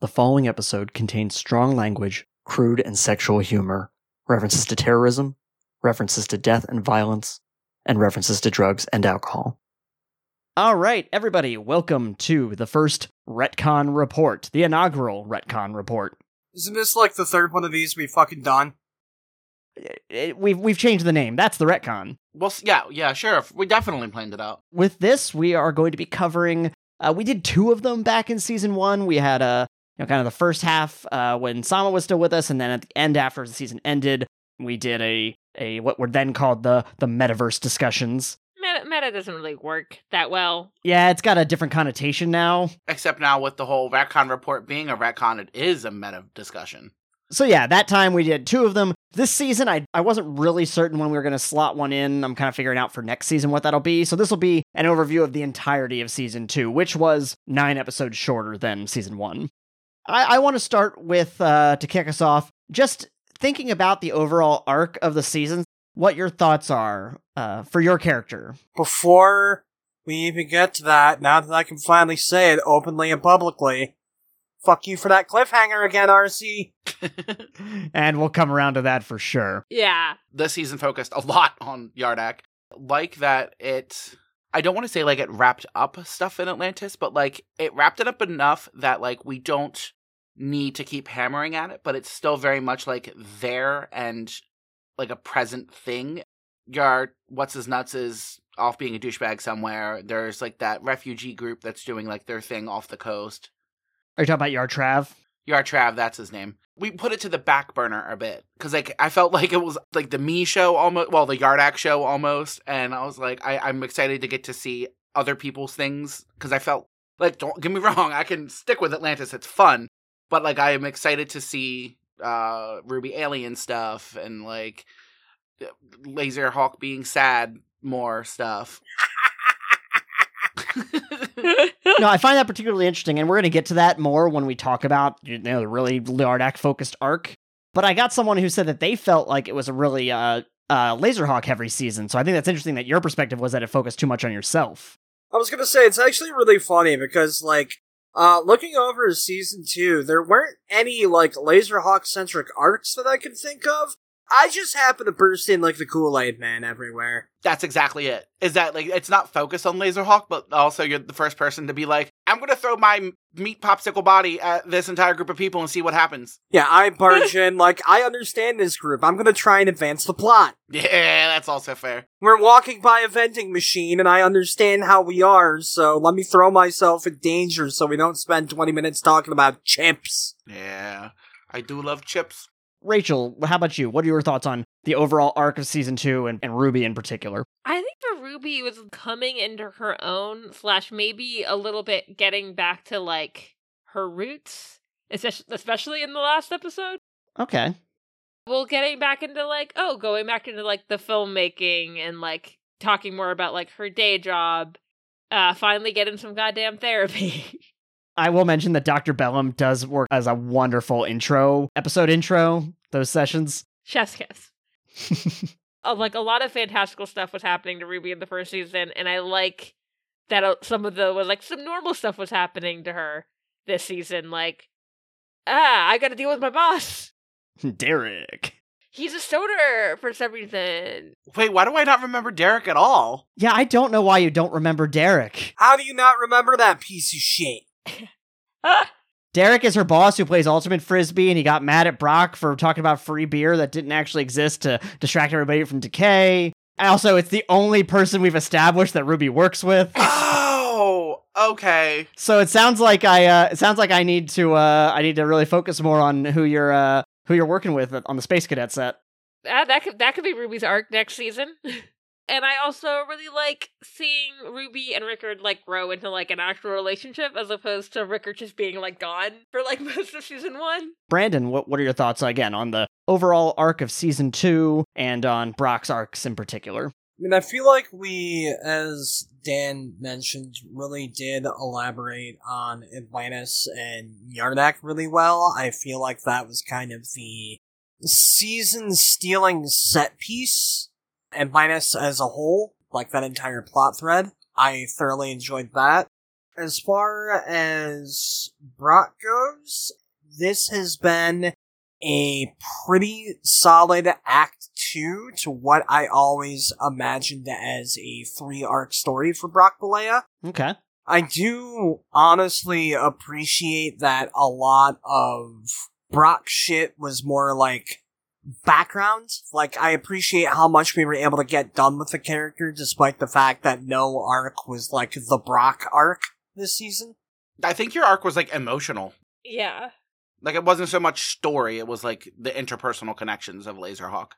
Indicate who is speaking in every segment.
Speaker 1: The following episode contains strong language, crude and sexual humor, references to terrorism, references to death and violence, and references to drugs and alcohol. All right, everybody, welcome to the first Retcon Report, the inaugural Retcon Report.
Speaker 2: Isn't this like the third one of these we fucking done?
Speaker 1: Eh, We've, we've changed the name. That's the Retcon.
Speaker 3: Well, s- yeah, yeah, sure. We definitely planned it out.
Speaker 1: with this, we are going to be covering. Uh, we did two of them back in season one. We had uh, you know, kind of the first half uh, when Sama was still with us, and then at the end, after the season ended, we did a a what were then called the the metaverse discussions.
Speaker 4: Meta, meta doesn't really work that well.
Speaker 1: Yeah, it's got a different connotation now.
Speaker 3: Except now with the whole retcon report being a retcon, it is a meta discussion.
Speaker 1: So yeah, that time we did two of them. This season, I I wasn't really certain when we were going to slot one in. I'm kind of figuring out for next season what that'll be. So this will be an overview of the entirety of season two, which was nine episodes shorter than season one. I, I want to start with uh, to kick us off, just thinking about the overall arc of the season. What your thoughts are uh, for your character?
Speaker 2: Before we even get to that, now that I can finally say it openly and publicly, fuck you for that cliffhanger again, RC.
Speaker 1: And we'll come around to that for sure.
Speaker 4: Yeah.
Speaker 3: this season focused a lot on Yardak. Like that it I don't want to say like it wrapped up stuff in Atlantis, but like it wrapped it up enough that like we don't need to keep hammering at it, but it's still very much like there and like a present thing. Yard what's his nuts is off being a douchebag somewhere. There's like that refugee group that's doing like their thing off the coast.
Speaker 1: Are you talking about Yartrav?
Speaker 3: Yartrav, that's his name. We put it to the back burner a bit because, like, I felt like it was like the me show almost, well, the Yardak show almost, and I was like, I, I'm excited to get to see other people's things because I felt like, don't get me wrong, I can stick with Atlantis, it's fun, but like, I am excited to see uh Ruby Alien stuff and like uh, Laser Hawk being sad more stuff.
Speaker 1: no, I find that particularly interesting, and we're going to get to that more when we talk about you know the really Liardak focused arc. But I got someone who said that they felt like it was a really uh, uh, Laserhawk heavy season, so I think that's interesting that your perspective was that it focused too much on yourself.
Speaker 2: I was gonna say it's actually really funny because like uh looking over season two, there weren't any like laserhawk centric arcs that I could think of. I just happened to burst in like the Kool-Aid man everywhere.
Speaker 3: that's exactly it. Is that like it's not focused on Laserhawk, but also you're the first person to be like, I'm gonna throw my m- meat popsicle body at this entire group of people and see what happens.
Speaker 2: Yeah, I barge in like I understand this group. I'm gonna try and advance the plot.
Speaker 3: Yeah, that's also fair.
Speaker 2: We're walking by a vending machine, and I understand how we are, so let me throw myself in danger so we don't spend 20 minutes talking about chips.
Speaker 3: Yeah, I do love chips.
Speaker 1: Rachel, how about you? What are your thoughts on the overall arc of season two and, and Ruby in particular?
Speaker 4: I think for Ruby was coming into her own slash maybe a little bit getting back to like her roots, espec- especially in the last episode.
Speaker 1: Okay,
Speaker 4: Well, getting back into like oh, going back into like the filmmaking and like talking more about like her day job. Uh, finally getting some goddamn therapy.
Speaker 1: I will mention that Dr. Bellum does work as a wonderful intro episode intro. Those sessions.
Speaker 4: Chef's kiss. uh, like a lot of fantastical stuff was happening to Ruby in the first season, and I like that uh, some of the was like some normal stuff was happening to her this season. Like, ah, I got to deal with my boss.
Speaker 1: Derek.
Speaker 4: He's a stoner for some reason.
Speaker 3: Wait, why do I not remember Derek at all?
Speaker 1: Yeah, I don't know why you don't remember Derek.
Speaker 2: How do you not remember that piece of shit?
Speaker 4: Ah,
Speaker 1: Derek is her boss who plays Ultimate Frisbee, and he got mad at Brock for talking about free beer that didn't actually exist to distract everybody from decay. And Also, it's the only person we've established that Ruby works with.
Speaker 3: Oh, okay.
Speaker 1: So it sounds like I uh, it sounds like I need to uh, I need to really focus more on who you're uh, who you're working with on the Space Cadet set.
Speaker 4: ah, that could that could be Ruby's arc next season. and I also really like seeing Ruby and Rickard like grow into like an actual relationship as opposed to Rickard just being like gone for like most of season one.
Speaker 1: Brandon, what what are your thoughts again on the overall arc of season two and on Brock's arcs in particular?
Speaker 2: I mean, I feel like we, as Dan mentioned, really did elaborate on Atlantis and Yardak really well. I feel like that was kind of the season stealing set piece. Atlantis as a whole, like that entire plot thread, I thoroughly enjoyed that. As far as Brat goes, this has been a pretty solid act two to what I always imagined as a three arc story for Brock Balea.
Speaker 1: Okay.
Speaker 2: I do honestly appreciate that a lot of Brock shit was more like background. Like, I appreciate how much we were able to get done with the character despite the fact that no arc was like the Brock arc this season.
Speaker 3: I think your arc was like emotional.
Speaker 4: Yeah.
Speaker 3: Like it wasn't so much story, it was like the interpersonal connections of Laserhawk.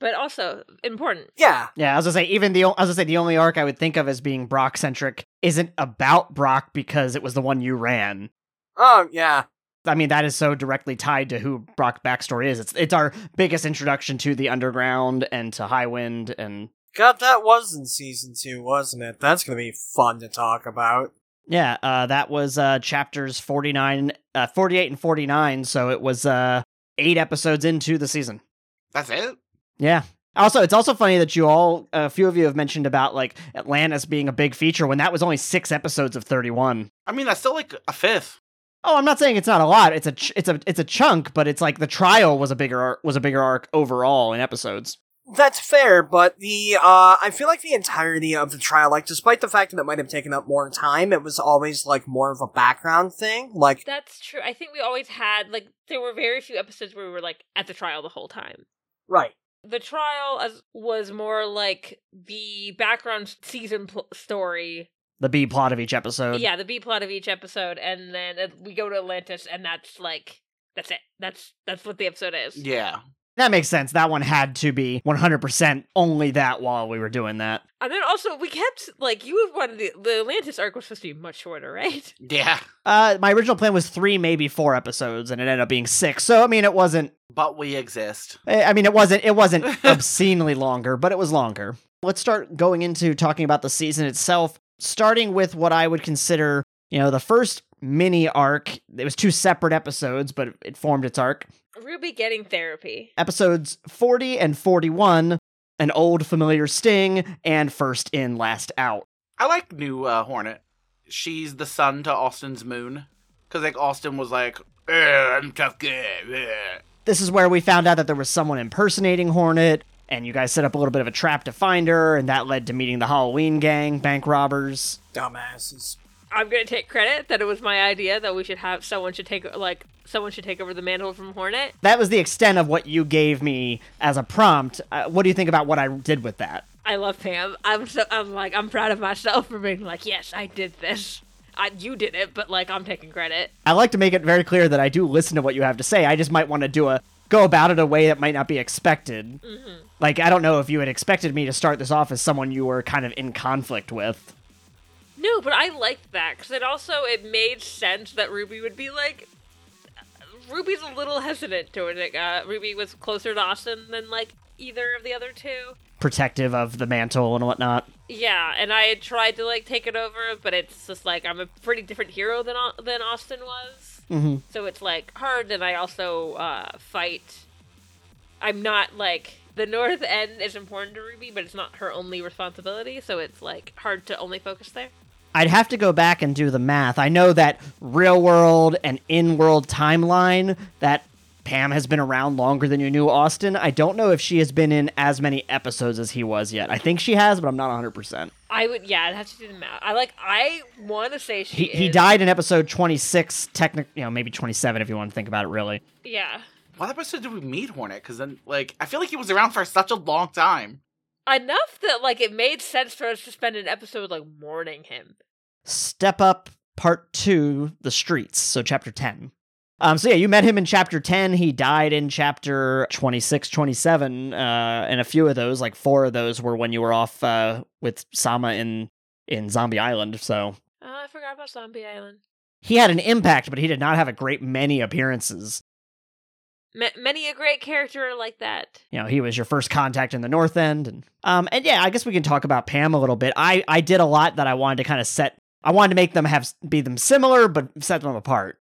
Speaker 4: But also important.
Speaker 2: Yeah.
Speaker 1: Yeah, I was gonna say even the o- I was gonna say the only arc I would think of as being Brock centric isn't about Brock because it was the one you ran.
Speaker 2: Oh, yeah.
Speaker 1: I mean, that is so directly tied to who Brock's backstory is. It's it's our biggest introduction to the underground and to Highwind, and
Speaker 2: God, that was in season two, wasn't it? That's gonna be fun to talk about.
Speaker 1: yeah, uh, that was uh, chapters 49, uh, 48 and forty nine. So it was uh, eight episodes into the season.
Speaker 3: That's it.
Speaker 1: Yeah. Also, it's also funny that you all, a few of you have mentioned about like Atlantis being a big feature when that was only six episodes of 31.
Speaker 3: I mean, that's still like a fifth.
Speaker 1: Oh, I'm not saying it's not a lot. It's a ch- it's a it's a chunk, but it's like the trial was a bigger ar- was a bigger arc overall in episodes.
Speaker 2: That's fair, but the uh I feel like the entirety of the trial, like despite the fact that it might have taken up more time, it was always like more of a background thing. Like
Speaker 4: That's true. I think we always had like there were very few episodes where we were like at the trial the whole time.
Speaker 2: right.
Speaker 4: The trial as, was more like the background season pl- story.
Speaker 1: The B plot of each episode.
Speaker 4: Yeah, the B plot of each episode, and then uh, we go to Atlantis, and that's like that's it. That's that's what the episode is.
Speaker 3: Yeah.
Speaker 1: That makes sense. That one had to be 100% only that while we were doing that.
Speaker 4: And then also we kept like you would wanted the, the Atlantis arc was supposed to be much shorter, right?
Speaker 3: Yeah.
Speaker 1: Uh my original plan was 3 maybe 4 episodes and it ended up being 6. So I mean it wasn't
Speaker 3: But we exist.
Speaker 1: Eh, I I mean, it wasn't it wasn't obscenely longer, but it was longer. Let's start going into talking about the season itself, starting with what I would consider, you know, the first mini arc. It was two separate episodes, but it formed its arc.
Speaker 4: Ruby getting therapy.
Speaker 1: Episodes 40 and 41, an old familiar sting, and first in, last out.
Speaker 3: I like new uh, Hornet. She's the sun to Austin's moon. Because like Austin was like, "Eh, I'm tough guy. eh."
Speaker 1: This is where we found out that there was someone impersonating Hornet, and you guys set up a little bit of a trap to find her, and that led to meeting the Halloween gang, bank robbers.
Speaker 2: Dumbasses.
Speaker 4: I'm gonna take credit that it was my idea that we should have someone should take like someone should take over the mantle from Hornet.
Speaker 1: that was the extent of what you gave me as a prompt. Uh, what do you think about what I did with that?
Speaker 4: I love Pam. I'm so I'm like I'm proud of myself for being like yes I did this. I, you did it, but like I'm taking credit.
Speaker 1: I like to make it very clear that I do listen to what you have to say. I just might want to do a go about it a way that might not be expected. Like I don't know if you had expected me to start this off as someone you were kind of in conflict with.
Speaker 4: No, but I liked that because it also it made sense that Ruby would be like. Ruby's a little hesitant toward it. Uh, Ruby was closer to Austin than like either of the other two.
Speaker 1: Protective of the mantle and whatnot.
Speaker 4: Yeah, and I had tried to like take it over, but it's just like I'm a pretty different hero than Au- than Austin was. Mm-hmm. So it's like hard, and I also uh, fight. I'm not like the North End is important to Ruby, but it's not her only responsibility. So it's like hard to only focus there.
Speaker 1: I'd have to go back and do the math. I know that real world and in world timeline that Pam has been around longer than you knew Austin. I don't know if she has been in as many episodes as he was yet. I think she has, but I'm not 100%.
Speaker 4: I would, yeah, I'd have to do the math. I like, I want to say she
Speaker 1: He, he
Speaker 4: is-
Speaker 1: died in episode 26, technic, you know, maybe 27 if you want to think about it really.
Speaker 4: Yeah,
Speaker 3: What episode did we meet Hornet? Because then, like, I feel like he was around for such a long time.
Speaker 4: enough that like it made sense for us to spend an episode like mourning him.
Speaker 1: Step Up Part 2, The Streets, so chapter 10. Um, so yeah, you met him in chapter 10. He died in chapter 26, 27, uh, and a few of those, like four of those, were when you were off uh, with Sama in, in Zombie Island. So
Speaker 4: Oh, I forgot about Zombie Island.
Speaker 1: he had an impact, but he did not have a great many appearances.
Speaker 4: Ma- many a great character like that.
Speaker 1: you know he was your first contact in the north end and um and yeah i guess we can talk about pam a little bit i i did a lot that i wanted to kind of set i wanted to make them have be them similar but set them apart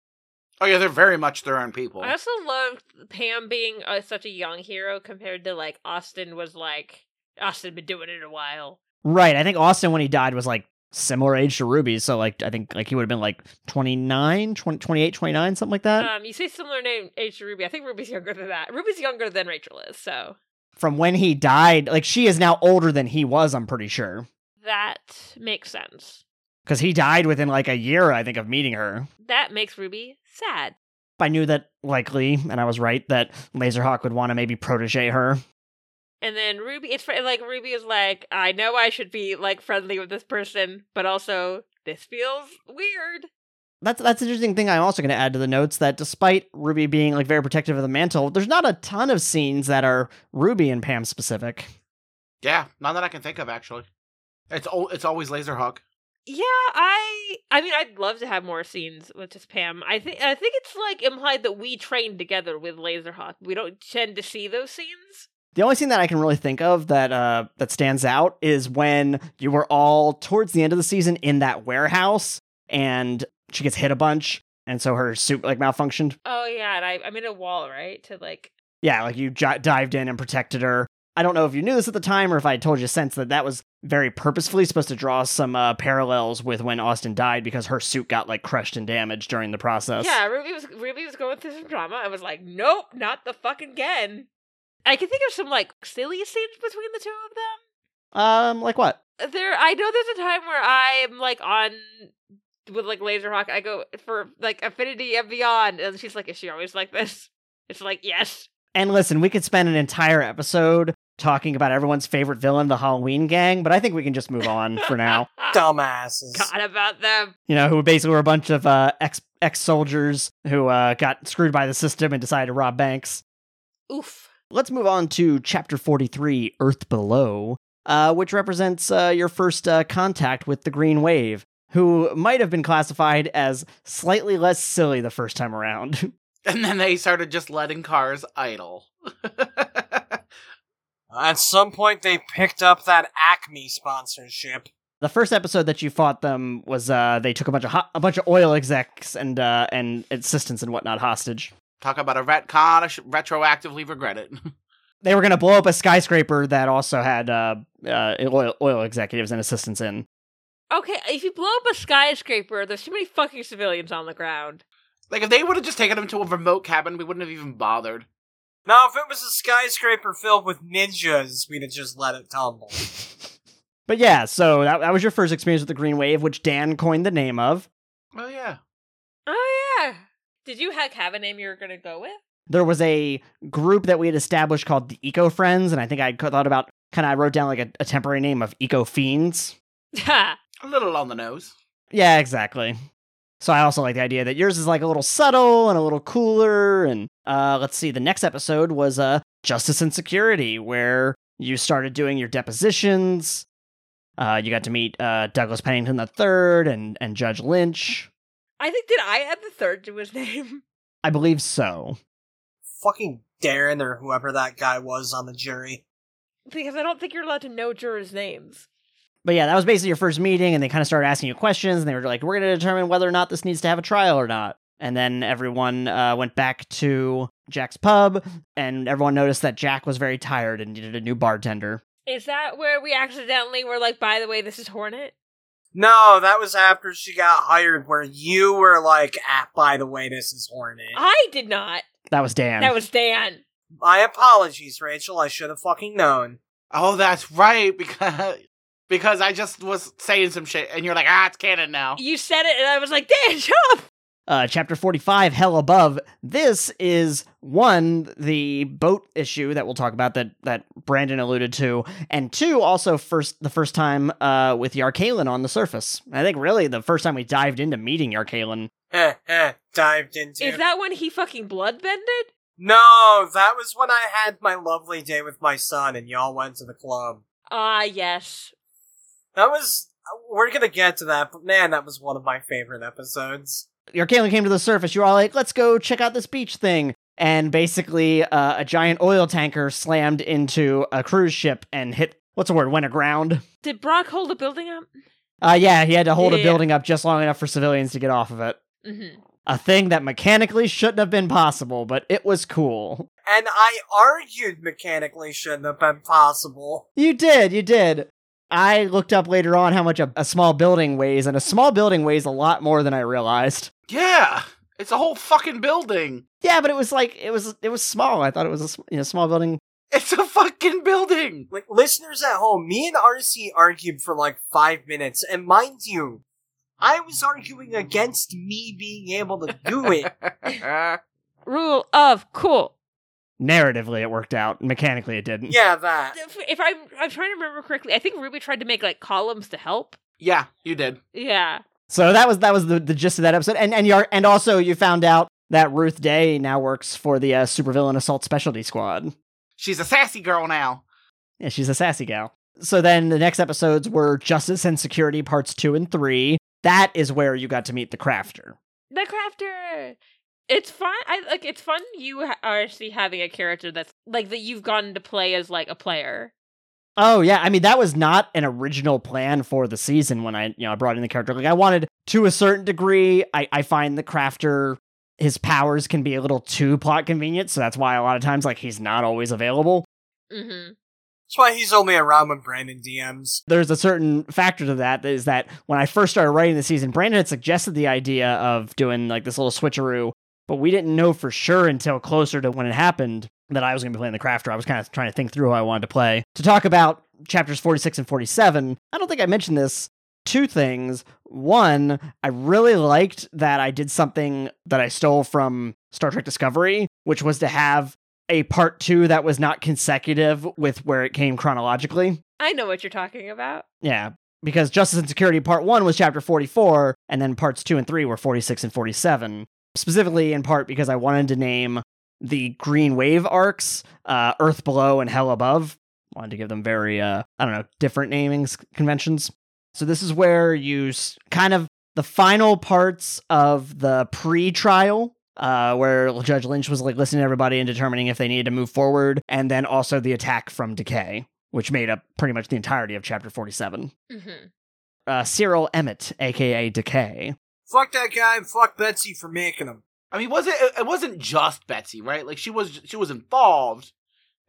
Speaker 3: Oh yeah, they're very much their own people.
Speaker 4: I also loved Pam being uh, such a young hero compared to like Austin was like Austin been doing it a while.
Speaker 1: right i think austin when he died was like similar age to Ruby. So like I think like he would have been like 29, 20, 28, 29, something like that.
Speaker 4: Um, you say similar name age to Ruby. I think Ruby's younger than that. Ruby's younger than Rachel is, so
Speaker 1: From when he died, like she is now older than he was, I'm pretty sure.
Speaker 4: that makes sense.
Speaker 1: Because he died within like a year, I think, of meeting her.
Speaker 4: That makes Ruby sad.
Speaker 1: I knew that likely, and I was right, that Laserhawk would want to maybe protege her.
Speaker 4: And then Ruby, it's fr- like Ruby is like, I know I should be like friendly with this person, but also this feels weird.
Speaker 1: That's that's an interesting thing I'm also going to add to the notes that despite Ruby being like very protective of the mantle, there's not a ton of scenes that are Ruby and Pam specific.
Speaker 3: Yeah, none that I can think of actually. It's al- it's always Laserhawk.
Speaker 4: Yeah, I I mean I'd love to have more scenes with just Pam. I think I think it's like implied that we trained together with Laserhawk. We don't tend to see those scenes.
Speaker 1: The only scene that I can really think of that uh, that stands out is when you were all towards the end of the season in that warehouse, and she gets hit a bunch, and so her suit like malfunctioned.
Speaker 4: Oh yeah, and I I made a wall, right? To like
Speaker 1: Yeah, like you j- dived in and protected her. I don't know if you knew this at the time or if I had told you since that that was very purposefully supposed to draw some uh, parallels with when Austin died because her suit got like crushed and damaged during the process.
Speaker 4: Yeah, Ruby was Ruby was going through some drama and was like, Nope, not the fuck again. I can think of some like silly scenes between the two of them.
Speaker 1: Um, like what?
Speaker 4: there I know there's a time where I'm like on with like Laserhawk. I go for like Affinity and Beyond, and she's like, "Is she always like this?" It's like, yes.
Speaker 1: And listen, we could spend an entire episode talking about everyone's favorite villain, the Halloween gang, but I think we can just move on for now.
Speaker 2: Dumbasses.
Speaker 4: God about them.
Speaker 1: you know, who basically were a bunch of uh, ex ex soldiers who uh, got screwed by the system and decided to rob banks.
Speaker 4: Oof.
Speaker 1: Let's move on to chapter 43, Earth Below, uh, which represents uh, your first uh, contact with the Green Wave, who might have been classified as slightly less silly the first time around.
Speaker 3: And then they started just letting cars idle.
Speaker 2: At some point, they picked up that Acme sponsorship.
Speaker 1: the first episode that you fought them was uh, they took a bunch of ho- a bunch of oil execs and uh, and assistants and whatnot hostage.
Speaker 3: Talk about a retcon. I should retroactively regret it.
Speaker 1: they were going to blow up a skyscraper that also had uh, uh, oil, oil executives and assistants in.
Speaker 4: Okay, if you blow up a skyscraper, there's too many fucking civilians on the ground.
Speaker 3: like if they would have just taken them to a remote cabin, we wouldn't have even bothered.
Speaker 2: Now, if it was a skyscraper filled with ninjas, we'd have just let it tumble.
Speaker 1: But yeah, so that, that was your first experience with the Green Wave, which Dan coined the name of.
Speaker 3: Oh yeah.
Speaker 4: Oh yeah. Did you heck have a name you were gonna go with?
Speaker 1: There was a group that we had established called the Eco Friends, and I think I co- thought about kind of I wrote down like a, a temporary name of Eco Fiends.
Speaker 4: Ha.
Speaker 3: A little on the nose.
Speaker 1: Yeah, exactly. So I also like the idea that yours is like a little subtle and a little cooler. And uh, let's see, the next episode was uh, Justice and Security, where you started doing your depositions. Uh, you got to meet uh, Douglas Pennington III and, and Judge Lynch.
Speaker 4: I think did I add the third to his name?
Speaker 1: I believe so.
Speaker 2: Fucking Darren or whoever that guy was on the jury.
Speaker 4: Because I don't think you're allowed to know jurors' names.
Speaker 1: But yeah, that was basically your first meeting, and they kind of started asking you questions, and they were like, we're going to determine whether or not this needs to have a trial or not. And then everyone uh, went back to Jack's pub, and everyone noticed that Jack was very tired and needed a new bartender.
Speaker 4: Is that where we accidentally were like, by the way, this is Hornet?
Speaker 2: No, that was after she got hired, where you were like, ah, by the way, this is Hornet.
Speaker 4: I did not.
Speaker 1: That was Dan.
Speaker 4: That was Dan.
Speaker 2: My apologies, Rachel. I should have fucking known.
Speaker 3: Oh, that's right because because I just was saying some shit, and you're like, ah, it's canon
Speaker 1: Oh.
Speaker 3: now.
Speaker 4: You said it, and I was like, Dan, shut up.
Speaker 1: uh, chapter 45, Hell Above. This is one, the boat issue that we'll talk about that, that Brandon alluded to, and two, also first the first time uh, with Yarkalen on the surface. I think really the first time we dived into meeting Yarkalen.
Speaker 2: Heh heh, dived into.
Speaker 4: Is that when he fucking bloodbended?
Speaker 2: no, that was when I had my lovely day with my son and y'all went to the club.
Speaker 4: Ah, yes.
Speaker 2: That was. We're gonna get to that, but man, that was one of my favorite episodes.
Speaker 1: Yarkalen came to the surface. You were all like, let's go check out this beach thing. And basically, uh, a giant oil tanker slammed into a cruise ship and hit, what's the word, went aground?
Speaker 4: Did Brock hold the building up?
Speaker 1: Uh, yeah, he had to hold a
Speaker 4: Yeah.
Speaker 1: building up just long enough for civilians to get off of it.
Speaker 4: Mm-hmm.
Speaker 1: a thing that mechanically shouldn't have been possible, but it was cool.
Speaker 2: And I argued mechanically shouldn't have been possible.
Speaker 1: You did, you did. I looked up later on how much a, a small building weighs, and a small building weighs a lot more than I realized.
Speaker 3: Yeah, it's a whole fucking building.
Speaker 1: Yeah, but it was like it was it was small. I thought it was a sm- you know, small building.
Speaker 3: It's a fucking building.
Speaker 2: Like listeners at home, me and RC argued for like five minutes, and mind you, I was arguing against me being able to do it.
Speaker 4: Rule of cool.
Speaker 1: Narratively, it worked out. Mechanically, it didn't.
Speaker 2: yeah, that.
Speaker 4: Uh, If, if I'm I'm trying to remember correctly, I think Ruby tried to make like columns to help.
Speaker 3: yeah, you did.
Speaker 4: Yeah.
Speaker 1: So that was that was the, the gist of that episode. And and you and also you found out that Ruth Day now works for the uh, supervillain assault specialty squad.
Speaker 3: She's a sassy girl now.
Speaker 1: Yeah, she's a sassy gal. So then the next episodes were Justice and Security parts two and three. That is where you got to meet the crafter.
Speaker 4: The crafter. It's fun. I like. It's fun. You ha- are actually having a character that's like that you've gotten to play as like a player.
Speaker 1: Oh yeah, I mean that was not an original plan for the season when I you know I brought in the character. Like I wanted to a certain degree. I I find the crafter his powers can be a little too plot convenient, so that's why a lot of times like he's not always available.
Speaker 4: Mm-hmm.
Speaker 2: That's why he's only around when Brandon DMs.
Speaker 1: There's a certain factor to that is that when I first started writing the season, Brandon had suggested the idea of doing like this little switcheroo, but we didn't know for sure until closer to when it happened that I was going to be playing the crafter. I was kind of trying to think through who I wanted to play. To talk about chapters 46 and 47, I don't think I mentioned this. Two things. One, I really liked that I did something that I stole from Star Trek Discovery, which was to have a part two that was not consecutive with where it came chronologically.
Speaker 4: I know what you're talking about.
Speaker 1: Yeah, because Justice and Security Part 1 was Chapter 44, and then Parts 2 and 3 were 46 and 47. Specifically, in part because I wanted to name the Green Wave arcs uh, Earth Below and Hell Above. Wanted to give them very, uh, I don't know, different naming s- conventions. So this is where you s- kind of the final parts of the pre-trial. Uh, where Judge Lynch was like listening to everybody and determining if they needed to move forward, and then also the attack from Decay, which made up pretty much the entirety of chapter 47
Speaker 4: Mm-hmm.
Speaker 1: uh, Cyril Emmett, aka Decay.
Speaker 2: Fuck that guy and fuck Betsy for making him.
Speaker 3: I mean, was it? It wasn't just Betsy, right? Like she was. She was involved.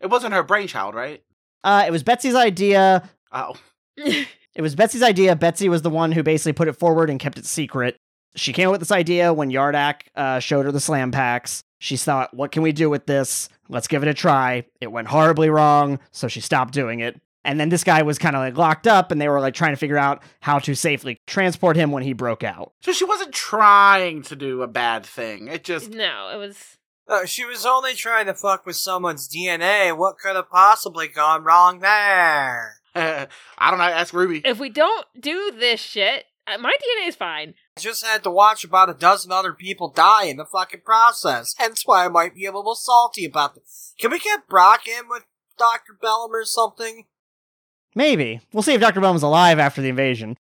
Speaker 3: It wasn't her brainchild, right?
Speaker 1: Uh, it was Betsy's idea.
Speaker 3: Oh,
Speaker 1: It was Betsy's idea. Betsy was the one who basically put it forward and kept it secret. She came up with this idea when Yardak uh, showed her the slam packs. She thought, what can we do with this? Let's give it a try. It went horribly wrong, so she stopped doing it. And then this guy was kind of like locked up, and they were like trying to figure out how to safely transport him when he broke out.
Speaker 3: so she wasn't trying to do a bad thing. It just.
Speaker 4: no, it was.
Speaker 2: Uh, she was only trying to fuck with someone's DNA. What could have possibly gone wrong there?
Speaker 3: I don't know. Ask Ruby.
Speaker 4: If we don't do this shit, uh, my DNA is fine.
Speaker 2: I just had to watch about a dozen other people die in the fucking process. Hence why I might be a little salty about it. Can we get Brock in with Dr. Bellum or something?
Speaker 1: Maybe. We'll see if Dr. Bellum's alive after the invasion.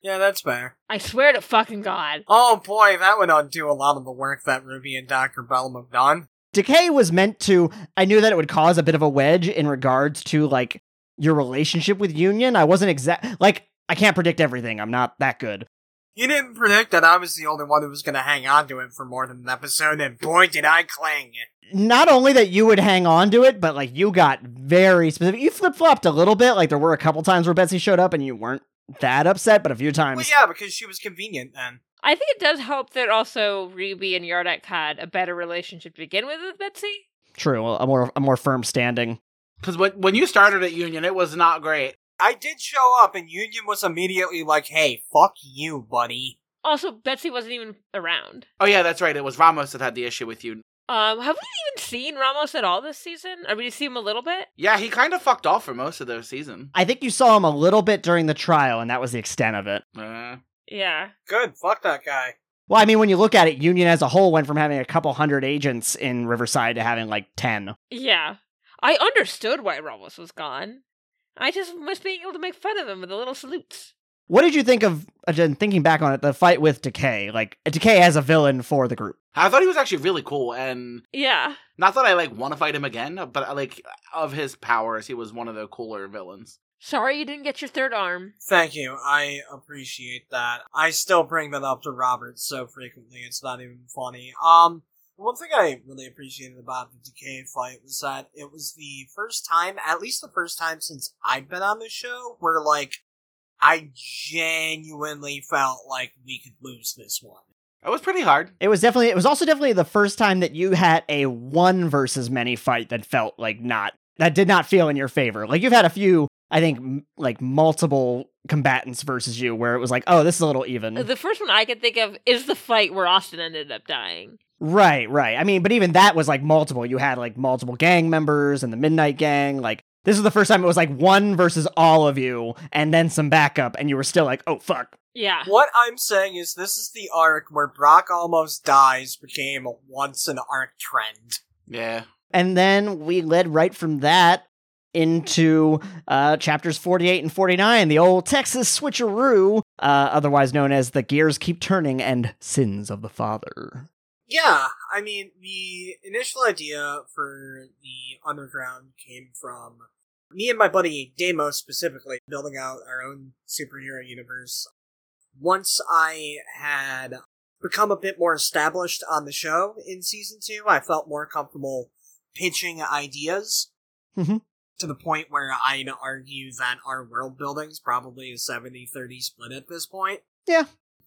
Speaker 2: Yeah, that's fair.
Speaker 4: I swear to fucking god.
Speaker 2: Oh boy, that would undo a lot of the work that Ruby and Dr. Bellum have done.
Speaker 1: decay was meant to i knew that it would cause a bit of a wedge in regards to like your relationship with union i wasn't exact like i can't predict everything i'm not that good
Speaker 2: You didn't predict that I was the only one who was going to hang on to it for more than an episode, and boy did I cling.
Speaker 1: not only that you would hang on to it but like you got very specific you flip-flopped a little bit like there were a couple times where betsy showed up and you weren't that upset but a few times
Speaker 2: Well, yeah, because she was convenient then.
Speaker 4: I think it does help that also Ruby and Yardak had a better relationship to begin with with Betsy.
Speaker 1: true a more a more firm standing
Speaker 3: Because when when you started at Union, it was not great.
Speaker 2: I did show up, and Union was immediately like, hey, fuck you, buddy.
Speaker 4: Also, Betsy wasn't even around.
Speaker 3: Oh yeah, that's right. It was Ramos that had the issue with you.
Speaker 4: Um, have we even seen Ramos at all this season? Or we see him a little bit?
Speaker 3: Yeah, he kind of fucked off for most of the season.
Speaker 1: i think you saw him a little bit during the trial and that was the extent of it
Speaker 3: Uh,
Speaker 4: Yeah.
Speaker 2: Good, fuck that guy.
Speaker 1: well i mean when you look at it union as a whole went from having a couple hundred agents in riverside to having like 10
Speaker 4: Yeah. I understood why Ramos was gone. I just was being able to make fun of him with the little salutes.
Speaker 1: What did you think of, again, thinking back on it, the fight with Decay? Like, Decay as a villain for the group.
Speaker 3: I thought he was actually really cool, and
Speaker 4: Yeah.
Speaker 3: not that I like want to fight him again, but uh, like of his powers, he was one of the cooler villains.
Speaker 4: Sorry you didn't get your third arm.
Speaker 2: Thank you, I appreciate that. I still bring that up to Robert so frequently, it's not even funny. Um, One thing I really appreciated about the Decay fight was that it was the first time, at least the first time since I'd been on the show, where like I genuinely felt like we could lose this one.
Speaker 3: That was pretty hard.
Speaker 1: It was definitely it was also definitely the first time that you had a one versus many fight that felt like not that did not feel in your favor. Like you've had a few, I think m- like multiple combatants versus you where it was like, "Oh, this is a little even."
Speaker 4: The first one I can think of is the fight where Austin ended up dying.
Speaker 1: right, right. I mean, but even that was like multiple. You had like multiple gang members and the Midnight Gang like this is the first time it was like one versus all of you and then some backup and you were still like, "Oh, fuck."
Speaker 4: Yeah.
Speaker 2: What I'm saying is this is the arc where Brock almost dies became a once an arc trend.
Speaker 3: Yeah.
Speaker 1: And then we led right from that into uh, chapters 48 and 49, the old Texas switcheroo, uh, otherwise known as the Gears Keep Turning and Sins of the Father.
Speaker 2: Yeah, I mean, the initial idea for the underground came from me and my buddy Damo specifically building out our own superhero universe. Once I had become a bit more established on the show in season two, I felt more comfortable pitching ideas
Speaker 1: Mhm.
Speaker 2: to the point where I'd argue that our world building's probably a 70 30 split at this point.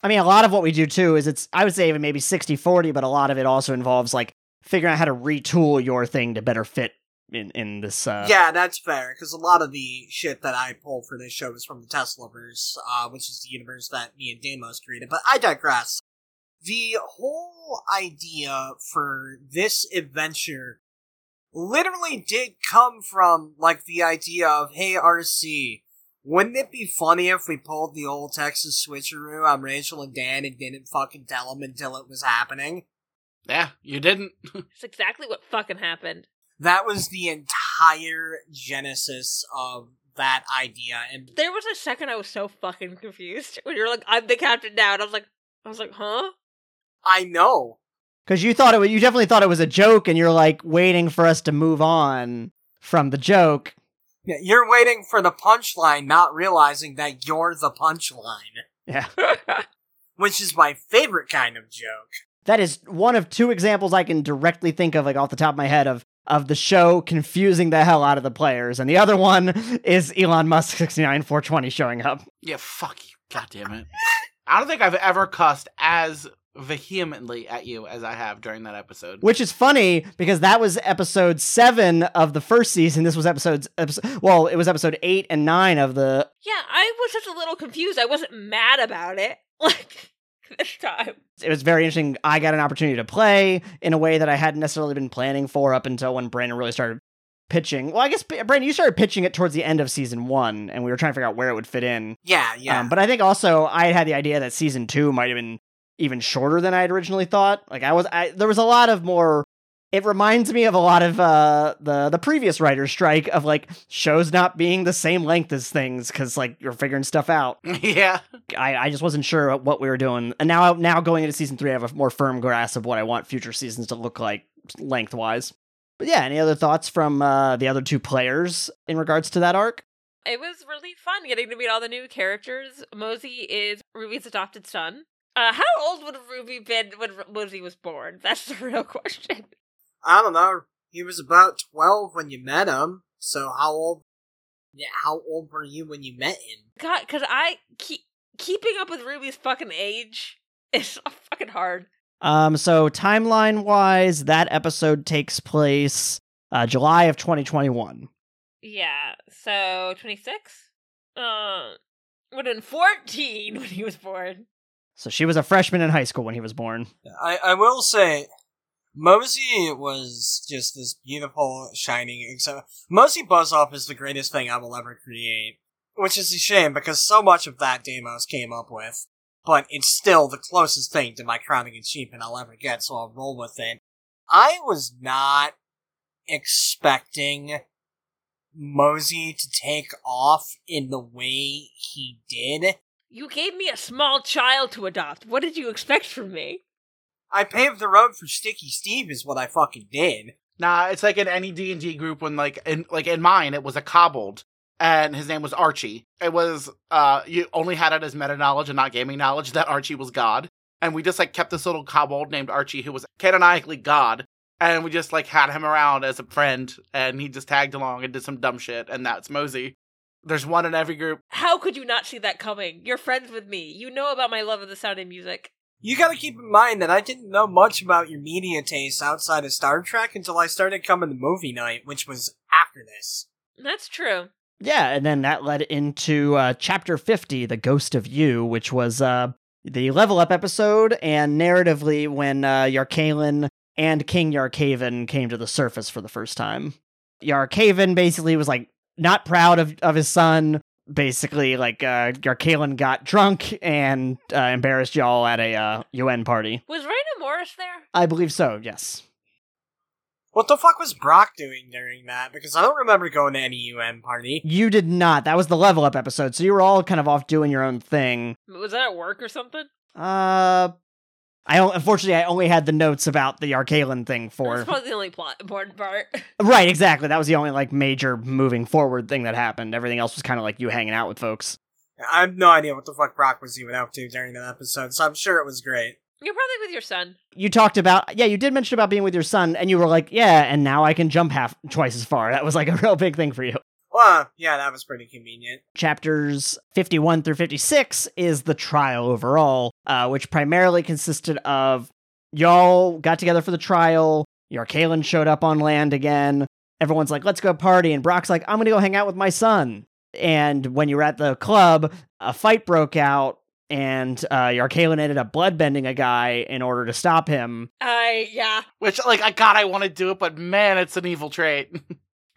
Speaker 1: I mean, a lot of what we do too is it's, I would say, even maybe 60 40, but a lot of it also involves like figuring out how to retool your thing to better fit in, in this. Uh,
Speaker 2: yeah, that's fair, because a lot of the shit that I pull for this show is from the Teslaverse, uh, which is the universe that me and Damos created, but I digress. The whole idea for this adventure literally did come from, like, the idea of, hey, RC, wouldn't it be funny if we pulled the old Texas switcheroo on Rachel and Dan and didn't fucking tell them until it was happening?
Speaker 3: Yeah. You didn't.
Speaker 4: It's exactly what fucking happened.
Speaker 2: That was the entire genesis of that idea, and
Speaker 4: There was a second I was so fucking confused when you were like, I'm the captain now. And I was like, I was like, huh?
Speaker 2: I know.
Speaker 1: Because you thought it was, you definitely thought it was a joke and you're like waiting for us to move on from the joke.
Speaker 2: Yeah, You're waiting for the punchline, not realizing that you're the punchline,
Speaker 1: Yeah.
Speaker 2: which is my favorite kind of joke.
Speaker 1: that is one of two examples I can directly think of, like off the top of my head, of of the show confusing the hell out of the players. And the other one is Elon Musk 69 420 showing up.
Speaker 3: yeah. Fuck you. God damn it. I don't think I've ever cussed as vehemently at you as I have during that episode.
Speaker 1: Which is funny because that was episode seven of the first season. This was episodes, episode, well, it was episode eight and nine of the.
Speaker 4: Yeah, I was just a little confused. I wasn't mad about it. Like, this time.
Speaker 1: It was very interesting. I got an opportunity to play in a way that I hadn't necessarily been planning for up until when Brandon really started pitching. Well, I guess, Brandon, you started pitching it towards the end of season one, and we were trying to figure out where it would fit in.
Speaker 2: Yeah, yeah.
Speaker 1: Um, but I think also I had had the idea that season two might have been even shorter than I had originally thought. Like I was, I, there was a lot of more. It reminds me of a lot of uh, the the previous writer's strike of like shows not being the same length as things because like you're figuring stuff out.
Speaker 3: yeah.
Speaker 1: I, I just wasn't sure what we were doing, and now now going into season three, I have a more firm grasp of what I want future seasons to look like lengthwise. But yeah, any other thoughts from uh, the other two players in regards to that arc?
Speaker 4: It was really fun getting to meet all the new characters. Mosey is Ruby's adopted son. Uh, how old would Ruby been when R- Mosey was born? That's the real question.
Speaker 2: I don't know. He was about 12 when you met him, so how old yeah, how old were you when you met him?
Speaker 4: God, because I keep keeping up with Ruby's fucking age is fucking hard.
Speaker 1: Um, so timeline wise, that episode takes place uh, July of 2021.
Speaker 4: Yeah, so 26? Uh, would have been 14 when he was born.
Speaker 1: So she was a freshman in high school when he was born.
Speaker 2: I, I will say, Mosey was just this beautiful, shining. Except Mosey Buzz Off is the greatest thing I will ever create, which is a shame because so much of that Demos came up with. But it's still the closest thing to my crowning achievement I'll ever get, so I'll roll with it. I was not expecting Mosey to take off in the way he did.
Speaker 4: You gave me a small child to adopt. What did you expect from me?
Speaker 2: I paved the road for Sticky Steve, is what I fucking did.
Speaker 3: Nah, it's like in any D and D group when like in like in mine it was a cobbled and his name was Archie. It was uh you only had it as meta knowledge and not gaming knowledge that Archie was God. and we just like kept this little kobold named Archie who was canonically God, and we just like had him around as a friend, and he just tagged along and did some dumb shit, and that's Mosey. There's one in every group.
Speaker 4: How could you not see that coming? You're friends with me. You know about my love of the sound of music.
Speaker 2: You gotta keep in mind that I didn't know much about your media tastes outside of Star Trek until I started coming to movie night, which was after this.
Speaker 4: That's true.
Speaker 1: Yeah, and then that led into uh, chapter 50, The Ghost of You, which was uh, the level up episode, and narratively when uh, Yarkalen and King Yarkaven came to the surface for the first time. Yarkaven basically was like not proud of, of his son. Basically, like uh, Yarkalen got drunk and uh, embarrassed y'all at a uh, UN party.
Speaker 4: Was Raina Morris there?
Speaker 1: I believe so, yes.
Speaker 2: What the fuck was Brock doing during that? Because I don't remember going to any UN party.
Speaker 1: You did not. That was the level up episode, so you were all kind of off doing your own thing.
Speaker 4: Was that at work or something?
Speaker 1: Uh, I don't, unfortunately I only had the notes about the Arcalen thing for
Speaker 4: That's probably the only plot important part.
Speaker 1: right exactly. That was the only like major moving forward thing that happened. Everything else was kind of like you hanging out with folks.
Speaker 2: I have no idea what the fuck Brock was even up to during that episode, so I'm sure it was great.
Speaker 4: You're probably with your son.
Speaker 1: You talked about yeah, you did mention about being with your son, and you were like yeah, and now I can jump half twice as far. That was like a real big thing for you.
Speaker 2: Well, yeah, that was pretty convenient.
Speaker 1: chapters 51 through 56 is the trial overall, uh, which primarily consisted of y'all got together for the trial, your Kalen showed up on land again, everyone's like, let's go party, and Brock's like, I'm gonna go hang out with my son. And when you were at the club, a fight broke out, and uh, your Kalen ended up bloodbending a guy in order to stop him.
Speaker 4: I yeah.
Speaker 3: Which, like, I God, I want to do it, but man, it's an evil trait.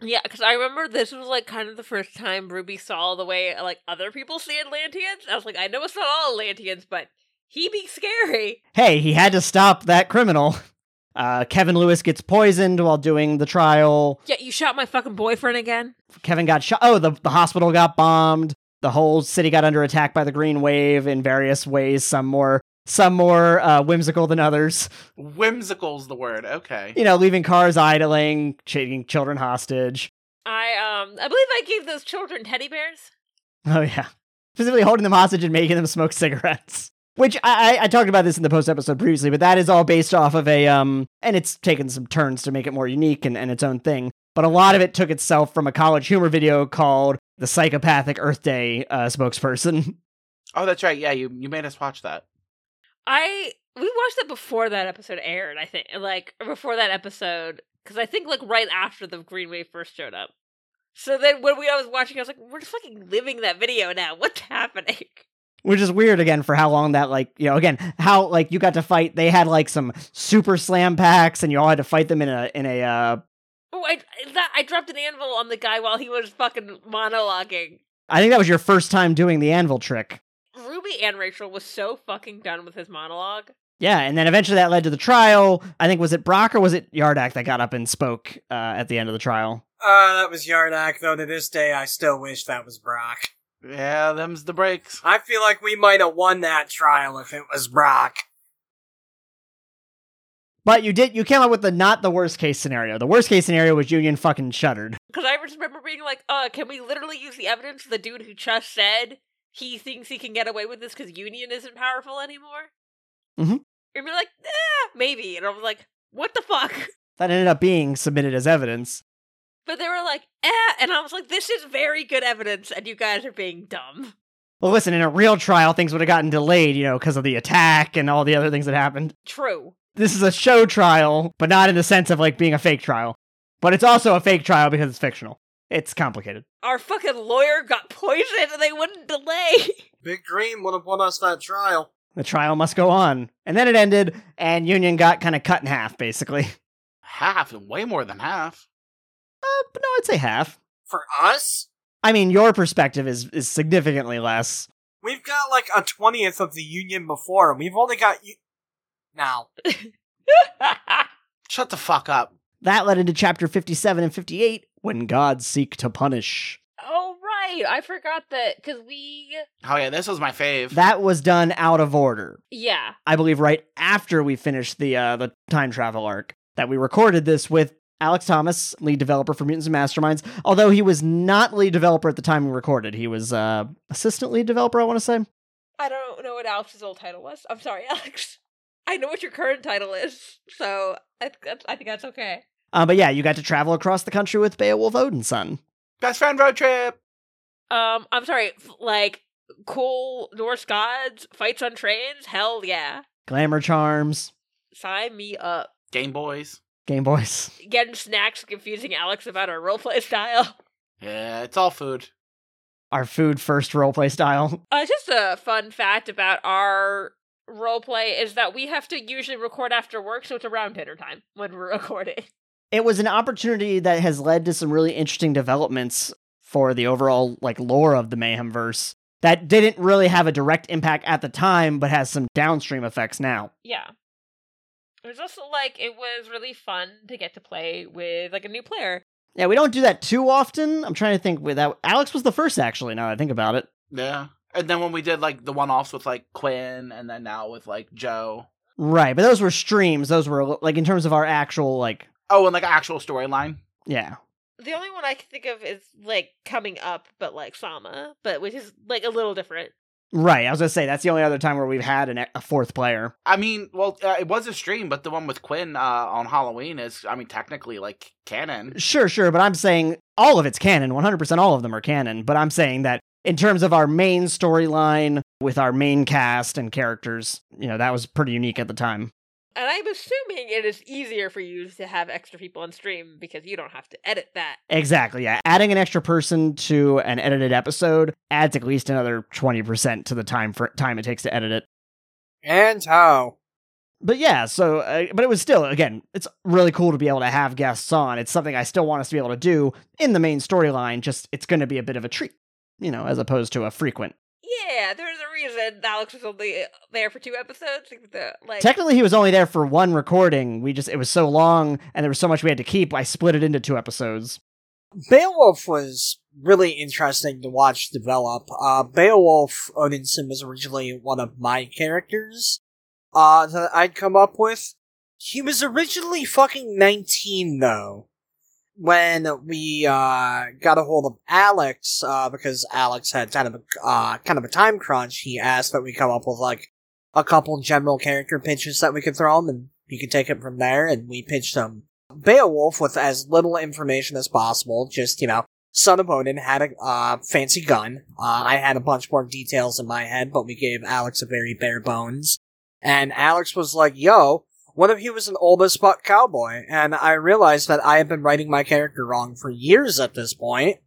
Speaker 4: Yeah, because I remember this was like kind of the first time Ruby saw the way like other people see Atlanteans. I was like, I know it's not all Atlanteans, but he be scary.
Speaker 1: hey, he had to stop that criminal. Uh, Kevin Lewis gets poisoned while doing the trial.
Speaker 4: Yeah, you shot my fucking boyfriend again.
Speaker 1: Kevin got shot. Oh, the, the hospital got bombed. The whole city got under attack by the Green Wave in various ways. Some more, some more uh, whimsical than others.
Speaker 3: Whimsical's the word. Okay.
Speaker 1: You know, leaving cars idling, taking children hostage.
Speaker 4: I um I believe I gave those children teddy bears.
Speaker 1: Oh yeah, specifically holding them hostage and making them smoke cigarettes. Which I, I, I talked about this in the post episode previously, but that is all based off of a um, and it's taken some turns to make it more unique and, and its own thing. But a lot of it took itself from a college humor video called "The Psychopathic Earth Day uh, Spokesperson."
Speaker 3: Oh, that's right. Yeah, you you made us watch that.
Speaker 4: I we watched it before that episode aired. I think like before that episode because I think like right after the Green Wave first showed up. So then when we I was watching, I was like, we're just fucking living that video now. What's happening?
Speaker 1: which is weird again for how long that like you know again how like you got to fight they had like some super slam packs and you all had to fight them in a in a uh
Speaker 4: Oh, I that, I dropped an anvil on the guy while he was fucking monologuing.
Speaker 1: i think that was your first time doing the anvil trick
Speaker 4: Ruby and Rachel was so fucking done with his monologue.
Speaker 1: yeah and then eventually that led to the trial i think was it brock or was it yardak that got up and spoke uh, at the end of the trial
Speaker 2: Uh, that was Yardak, though to this day I still wish that was Brock.
Speaker 3: Yeah, them's the breaks.
Speaker 2: I feel like we might have won that trial if it was Brock.
Speaker 1: but you did you came up with the not the worst case scenario the worst case scenario was union fucking shuddered
Speaker 4: Because I just remember being like, uh, can we literally use the evidence of the dude who just said he thinks he can get away with this because Union isn't powerful anymore?
Speaker 1: Mhm.
Speaker 4: And we're like, eh, maybe. And I was like, what the fuck?
Speaker 1: that ended up being submitted as evidence
Speaker 4: But they were like, eh. And I was like, this is very good evidence, and you guys are being dumb.
Speaker 1: well listen in a real trial things would have gotten delayed you know because of the attack and all the other things that happened
Speaker 4: True.
Speaker 1: this is a show trial, but not in the sense of like being a fake trial. But it's also a fake trial because it's fictional. It's complicated.
Speaker 4: Our fucking lawyer got poisoned and they wouldn't delay.
Speaker 2: Big Green would have won us that trial.
Speaker 1: The trial must go on. And then it ended, and Union got kind of cut in half, basically.
Speaker 3: Half and way more than half.
Speaker 1: Uh, but no, I'd say half.
Speaker 2: For us?
Speaker 1: I mean, your perspective is, is significantly less.
Speaker 2: We've got like a 20th of the Union before, and we've only got. U- now.
Speaker 3: Shut the fuck up.
Speaker 1: That led into chapter 57 and 58 when gods seek to punish.
Speaker 4: oh, right. I forgot that because we.
Speaker 3: Oh yeah, this was my fave.
Speaker 1: That was done out of order.
Speaker 4: Yeah.
Speaker 1: I believe right after we finished the uh, the time travel arc that we recorded this with Alex Thomas, lead developer for Mutants and Masterminds. Although he was not lead developer at the time we recorded, he was uh, assistant lead developer. I want to say
Speaker 4: I don't know what Alex's old title was. I'm sorry, Alex. I know what your current title is, so I, that's- I think that's okay.
Speaker 1: Uh, but yeah, you got to travel across the country with Beowulf Odinson.
Speaker 3: Best friend road trip.
Speaker 4: Um, I'm sorry. f- Like cool Norse gods, fights on trains. Hell yeah,
Speaker 1: Glamour charms,
Speaker 4: sign me up.
Speaker 3: Game Boys.
Speaker 1: Game Boys.
Speaker 4: Getting snacks, confusing Alex about our roleplay style.
Speaker 3: Yeah, it's all food.
Speaker 1: Our food first roleplay style.
Speaker 4: Uh, just a fun fact about our roleplay is that we have to usually record after work, so it's around dinner time when we're recording.
Speaker 1: It was an opportunity that has led to some really interesting developments for the overall like lore of the Mayhem verse that didn't really have a direct impact at the time, but has some downstream effects now.
Speaker 4: yeah it was also like it was really fun to get to play with like a new player
Speaker 1: Yeah, we don't do that too often. I'm trying to think. With that, Alex was the first actually. Now that I think about it,
Speaker 3: Yeah. And then when we did like the one offs with like Quinn and then now with like Joe.
Speaker 1: right? But those were streams. Those were like in terms of our actual like
Speaker 3: Oh, and like actual storyline.
Speaker 1: yeah.
Speaker 4: the only one i can think of is like coming up but like sama but which is like a little different
Speaker 1: Right, I was gonna say that's the only other time where we've had an, e, a fourth player.
Speaker 3: I mean, well, uh, it was a stream, but the one with Quinn uh, on Halloween is, I mean, technically like canon.
Speaker 1: Sure, sure, but I'm saying all of it's canon. 100% all of them are canon. But I'm saying that in terms of our main storyline with our main cast and characters, you know, that was pretty unique at the time.
Speaker 4: and i'm assuming it is easier for you to have extra people on stream because you don't have to edit that
Speaker 1: Exactly. Yeah, adding an extra person to an edited episode adds at least another 20% to the time for time it takes to edit it.
Speaker 2: And how?
Speaker 1: But yeah, so uh, but it was still again, it's really cool to be able to have guests on. It's something I still want us to be able to do in the main storyline. Just it's going to be a bit of a treat, you know, as opposed to a frequent
Speaker 4: yeah there's a reason alex was only uh, there for two episodes like, the- like
Speaker 1: Technically, he was only there for one recording. We just, it was so long and there was so much we had to keep. I split it into two episodes.
Speaker 2: Beowulf was really interesting to watch develop. Uh, Beowulf Odinson was originally one of my characters uh, that I'd come up with. He was originally fucking 19, though, when we uh, got a hold of Alex, uh, because Alex had kind of, a, uh, kind of a time crunch. He asked that we come up with, like, a couple general character pitches that we could throw him, and he could take it from there, and we pitched him Beowulf with as little information as possible. Just, you know, son of Odin had a uh, fancy gun. Uh, I had a bunch more details in my head, but we gave Alex a very bare bones. And Alex was like, yo, what if he was an old as fuck cowboy? And I realized that I had been writing my character wrong for years at this point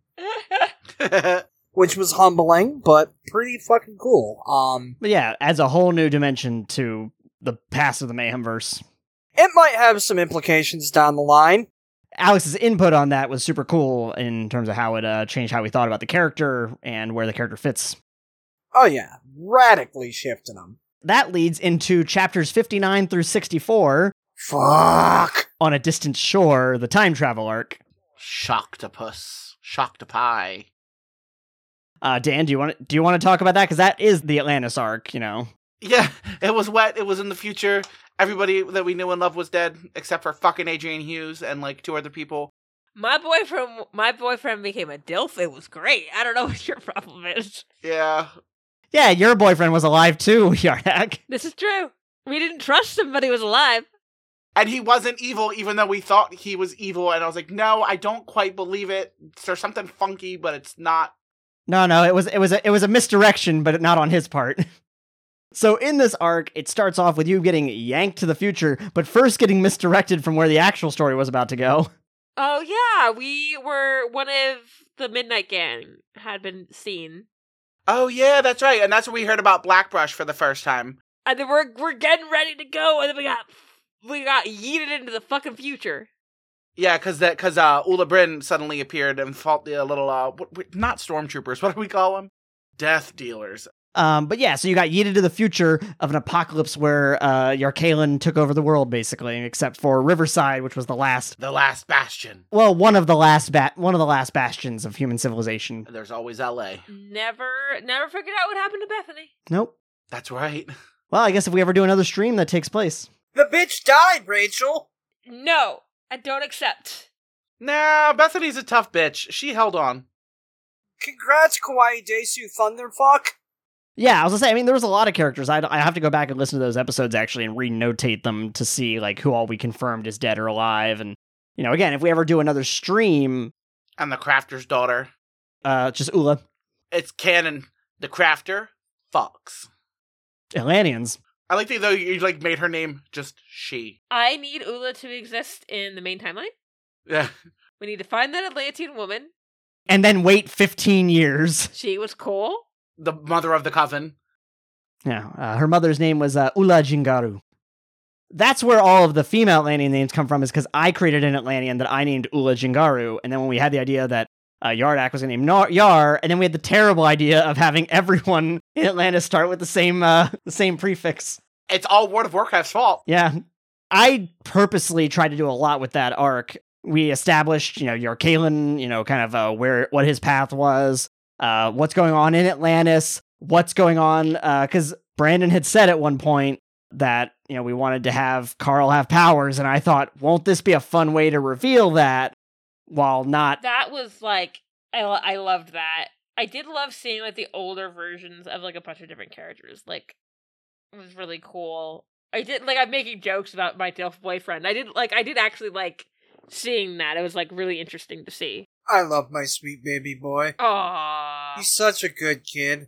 Speaker 2: which was humbling, but pretty fucking cool. Um,
Speaker 1: But yeah, adds a whole new dimension to the past of the Mayhem verse.
Speaker 2: it might have some implications down the line.
Speaker 1: Alex's input on that was super cool in terms of how it uh, changed how we thought about the character and where the character fits.
Speaker 2: Oh yeah, radically shifting them.
Speaker 1: That leads into chapters 59 through 64
Speaker 2: Fuck.
Speaker 1: on A Distant Shore, the time travel arc.
Speaker 3: Shocktopus. Shocktopie.
Speaker 1: Uh, Dan, do you want to, do you want to talk about that? Because that is the Atlantis arc, you know.
Speaker 3: Yeah, it was wet. It was in the future. Everybody that we knew and loved was dead, except for fucking Adrian Hughes and like two other people.
Speaker 4: my boyfriend my boyfriend became a dilf it was great i don't know what your problem is
Speaker 3: Yeah.
Speaker 1: Yeah, your boyfriend was alive too, Yardak.
Speaker 4: This is true. We didn't trust him, but he was alive.
Speaker 3: And he wasn't evil, even though we thought he was evil. And I was like, no, I don't quite believe it. There's something funky, but it's not.
Speaker 1: No, no, it was it was a, it was a misdirection, but not on his part. So in this arc, it starts off with you getting yanked to the future, but first getting misdirected from where the actual story was about to go.
Speaker 4: Oh yeah, we were one of the Midnight Gang had been seen,
Speaker 3: Oh, yeah, that's right. And that's when we heard about Blackbrush for the first time.
Speaker 4: and then we're we're getting ready to go, and then we got we got yeeted into the fucking future.
Speaker 3: Yeah, because that because uh, Ula Bryn suddenly appeared and fought the uh, little uh, what, what- not stormtroopers. What do we call them? Death dealers.
Speaker 1: Um, but yeah, so you got yeeted to the future of an apocalypse where uh, Yarkalen took over the world, basically, except for Riverside, which was the last,
Speaker 3: The last bastion.
Speaker 1: well, one of the last bat, one of the last bastions of human civilization.
Speaker 3: There's always L.A.
Speaker 4: Never never figured out what happened to Bethany.
Speaker 1: Nope.
Speaker 3: That's right.
Speaker 1: Well, I guess if we ever do another stream, that takes place.
Speaker 2: The bitch died, Rachel.
Speaker 4: No, I don't accept.
Speaker 3: Nah, Bethany's a tough bitch. She held on.
Speaker 2: Congrats, Kawaii Desu Thunderfuck.
Speaker 1: Yeah, I was gonna say. I mean, there was a lot of characters. I I have to go back and listen to those episodes actually and re-notate them to see like who all we confirmed is dead or alive. And you know, again, if we ever do another stream,
Speaker 3: And the crafter's daughter.
Speaker 1: uh, just Ula
Speaker 3: It's canon. The crafter, Fox.
Speaker 1: Atlanteans.
Speaker 3: I like that though you like made her name just she.
Speaker 4: I need Ula to exist in the main timeline.
Speaker 3: Yeah.
Speaker 4: We need to find that Atlantean woman.
Speaker 1: And then wait 15 years.
Speaker 4: She was cool.
Speaker 3: The mother of the coven.
Speaker 1: Yeah, uh, her mother's name was uh, Ula Jingaru. That's where all of the female Atlantean names come from, is because I created an Atlantean that I named Ula Jingaru. And then when we had the idea that uh, Yardak was going to name Nar- Yar, and then we had the terrible idea of having everyone in Atlantis start with the same uh, the same prefix.
Speaker 3: It's all World of Warcraft's fault.
Speaker 1: Yeah. I purposely tried to do a lot with that arc. We established, you know, your Kalen, you know, kind of uh, where what his path was, uh, what's going on in Atlantis, what's going on, because Brandon had said at one point that you know we wanted to have Carl have powers, and I thought, won't this be a fun way to reveal that while not?
Speaker 4: That was like I lo- I loved that. I did love seeing like the older versions of like a bunch of different characters. Like it was really cool. I did like I'm making jokes about my Delph boyfriend. I did like I did actually like seeing that. It was like really interesting to see.
Speaker 2: I love my sweet baby boy.
Speaker 4: Aww.
Speaker 2: He's such a good kid.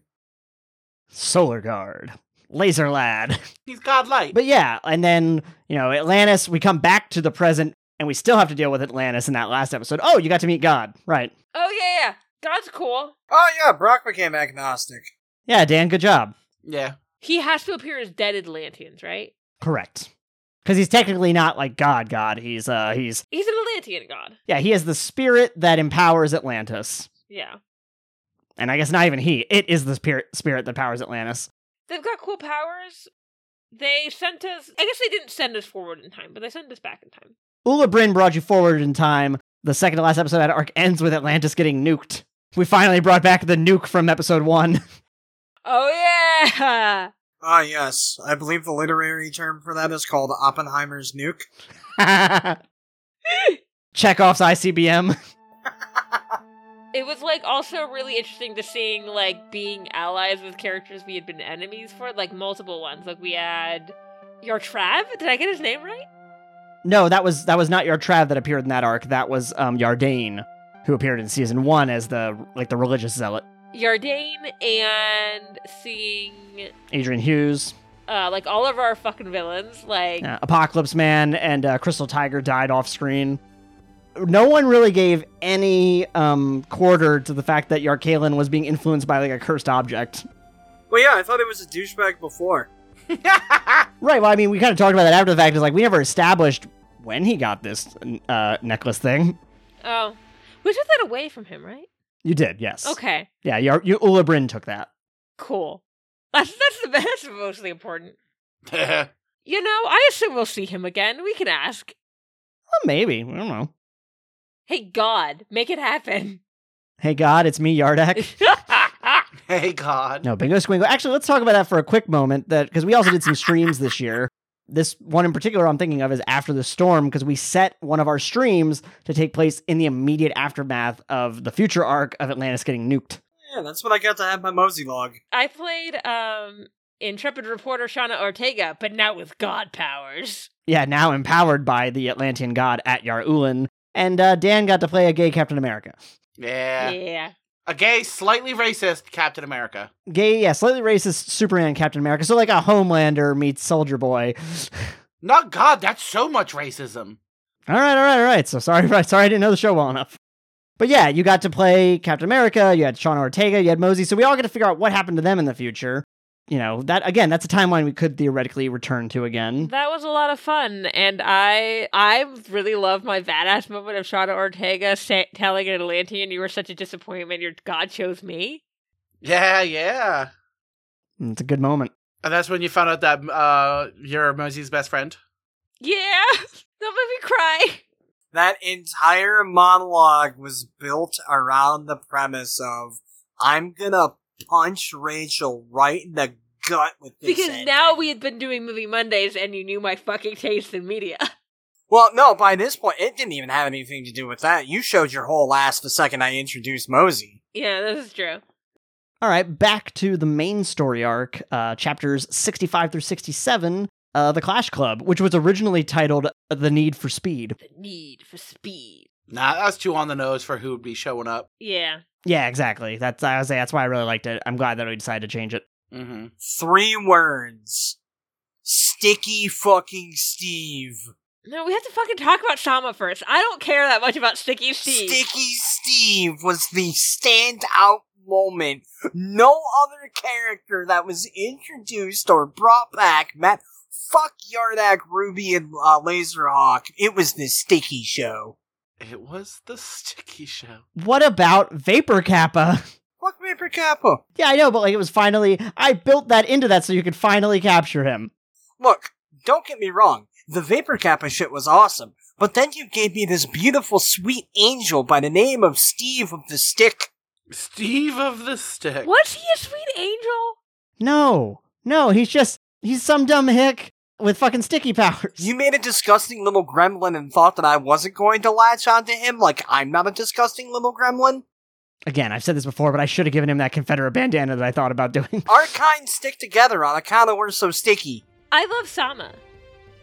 Speaker 1: Solar Guard, Laser Lad.
Speaker 3: He's godlike.
Speaker 1: But yeah, and then, you know, Atlantis, we come back to the present and we still have to deal with Atlantis in that last episode. Oh, you got to meet God. Right.
Speaker 4: Oh yeah, yeah. God's cool.
Speaker 2: Oh yeah, Brock became agnostic.
Speaker 1: Yeah, Dan, good job.
Speaker 3: yeah.
Speaker 4: He has to appear as dead Atlanteans, right?
Speaker 1: Correct. Cuz he's technically not like God, God. He's uh he's
Speaker 4: He's an Atlantean god.
Speaker 1: yeah, he is the spirit that empowers Atlantis.
Speaker 4: Yeah.
Speaker 1: And I guess not even he. It is the spirit spirit that powers Atlantis.
Speaker 4: They've got cool powers. They sent us I guess they didn't send us forward in time, but they sent us back in time.
Speaker 1: Ula Bryn brought you forward in time. The second to last episode of that arc ends with Atlantis getting nuked. We finally brought back the nuke from episode 1.
Speaker 4: Oh yeah.
Speaker 2: Ah yes, I believe the literary term for that is called Oppenheimer's nuke.
Speaker 1: Chekhov's ICBM.
Speaker 4: It was like also really interesting to seeing like being allies with characters we had been enemies for, like multiple ones. Like we had your Trav. Did I get his name right?
Speaker 1: No, that was that was not Yartrav that appeared in that arc. That was um Yardane, who appeared in season one as the like the religious zealot.
Speaker 4: Yardane and seeing
Speaker 1: Adrian Hughes,
Speaker 4: uh like all of our fucking villains, like
Speaker 1: uh, Apocalypse Man, and uh, Crystal Tiger died off screen. No one really gave any um quarter to the fact that Yarkalen was being influenced by like a cursed object.
Speaker 2: Well, yeah, I thought it was a douchebag before.
Speaker 1: Right. Well, I mean, we kind of talked about that after the fact. Is like we never established when he got this uh, necklace thing.
Speaker 4: oh. We took that away from him, right?
Speaker 1: You did, yes.
Speaker 4: Okay.
Speaker 1: Yeah, Yar- you Ulla Bryn took that.
Speaker 4: Cool. That's that's the that's mostly important.
Speaker 3: yeah.
Speaker 4: You know, I assume we'll see him again. We can ask.
Speaker 1: Well, maybe. I don't know.
Speaker 4: Hey God, make it happen.
Speaker 1: Hey God, it's me, Yardak.
Speaker 3: Hey God.
Speaker 1: No, bingo squingo. Actually, let's talk about that for a quick moment. That because we also did some streams this year. This one in particular I'm thinking of is after the storm because we set one of our streams to take place in the immediate aftermath of the future arc of Atlantis getting nuked.
Speaker 2: Yeah, that's what I got to have my mosey log.
Speaker 4: I played um intrepid reporter Shauna Ortega, but now with god powers.
Speaker 1: Yeah, now empowered by the Atlantean god at Yar Ulin, and uh, Dan got to play a gay Captain America.
Speaker 3: Yeah.
Speaker 4: Yeah.
Speaker 3: A gay, slightly racist Captain America.
Speaker 1: Gay, yeah, slightly racist Superman Captain America. So like a Homelander meets Soldier Boy.
Speaker 3: Not God, that's so much racism.
Speaker 1: All right, all right, all right. So sorry, sorry, I didn't know the show well enough. But yeah, you got to play Captain America. You had Sean Ortega. You had Mosey. So we all got to figure out what happened to them in the future. You know that again. That's a timeline we could theoretically return to again.
Speaker 4: That was a lot of fun, and I I really love my badass moment of Shauna Ortega sa- telling an Atlantean, "You were such a disappointment. Your God chose me."
Speaker 3: Yeah, yeah.
Speaker 1: And It's a good moment.
Speaker 3: And that's when you found out that uh, you're Mosey's best friend.
Speaker 4: Yeah, that made me cry.
Speaker 2: That entire monologue was built around the premise of I'm gonna punch Rachel right in the gut with this.
Speaker 4: Because
Speaker 2: ending."
Speaker 4: now we had been doing movie Mondays, and you knew my fucking taste in media.
Speaker 2: Well, no, by this point it didn't even have anything to do with that. You showed your whole ass the second I introduced Mosey.
Speaker 4: yeah, this is true.
Speaker 1: All right, back to the main story arc, uh, chapters 65 through 67, uh, The Clash Club, which was originally titled The Need for Speed.
Speaker 4: The need for speed.
Speaker 3: Nah, that's too on the nose for who would be showing up.
Speaker 4: Yeah.
Speaker 1: Yeah, exactly. That's I was say that's why I really liked it. I'm glad that we decided to change it.
Speaker 3: Mm-hmm.
Speaker 2: Three words. Sticky fucking Steve.
Speaker 4: No, we have to fucking talk about Sama first. I don't care that much about Sticky Steve.
Speaker 2: Sticky Steve was the standout moment. No other character that was introduced or brought back met fuck Yardak, Ruby, and uh, Laserhawk. It was the Sticky Show.
Speaker 3: It was the sticky show.
Speaker 1: What about Vapor Kappa?
Speaker 2: Fuck Vapor Kappa.
Speaker 1: yeah, I know, but like it was finally I built that into that so you could finally capture him.
Speaker 2: Look, don't get me wrong. The Vapor Kappa shit was awesome. But then you gave me this beautiful, sweet angel by the name of Steve of the Stick.
Speaker 3: Steve of the Stick.
Speaker 4: Was he a sweet angel?
Speaker 1: No. No, he's just he's some dumb hick with fucking sticky powers.
Speaker 2: You made a disgusting little gremlin and thought that I wasn't going to latch onto him like I'm not a disgusting little gremlin?
Speaker 1: Again, I've said this before, but I should have given him that Confederate bandana that I thought about doing.
Speaker 2: Our kind stick together on account of we're so sticky.
Speaker 4: I love Sama.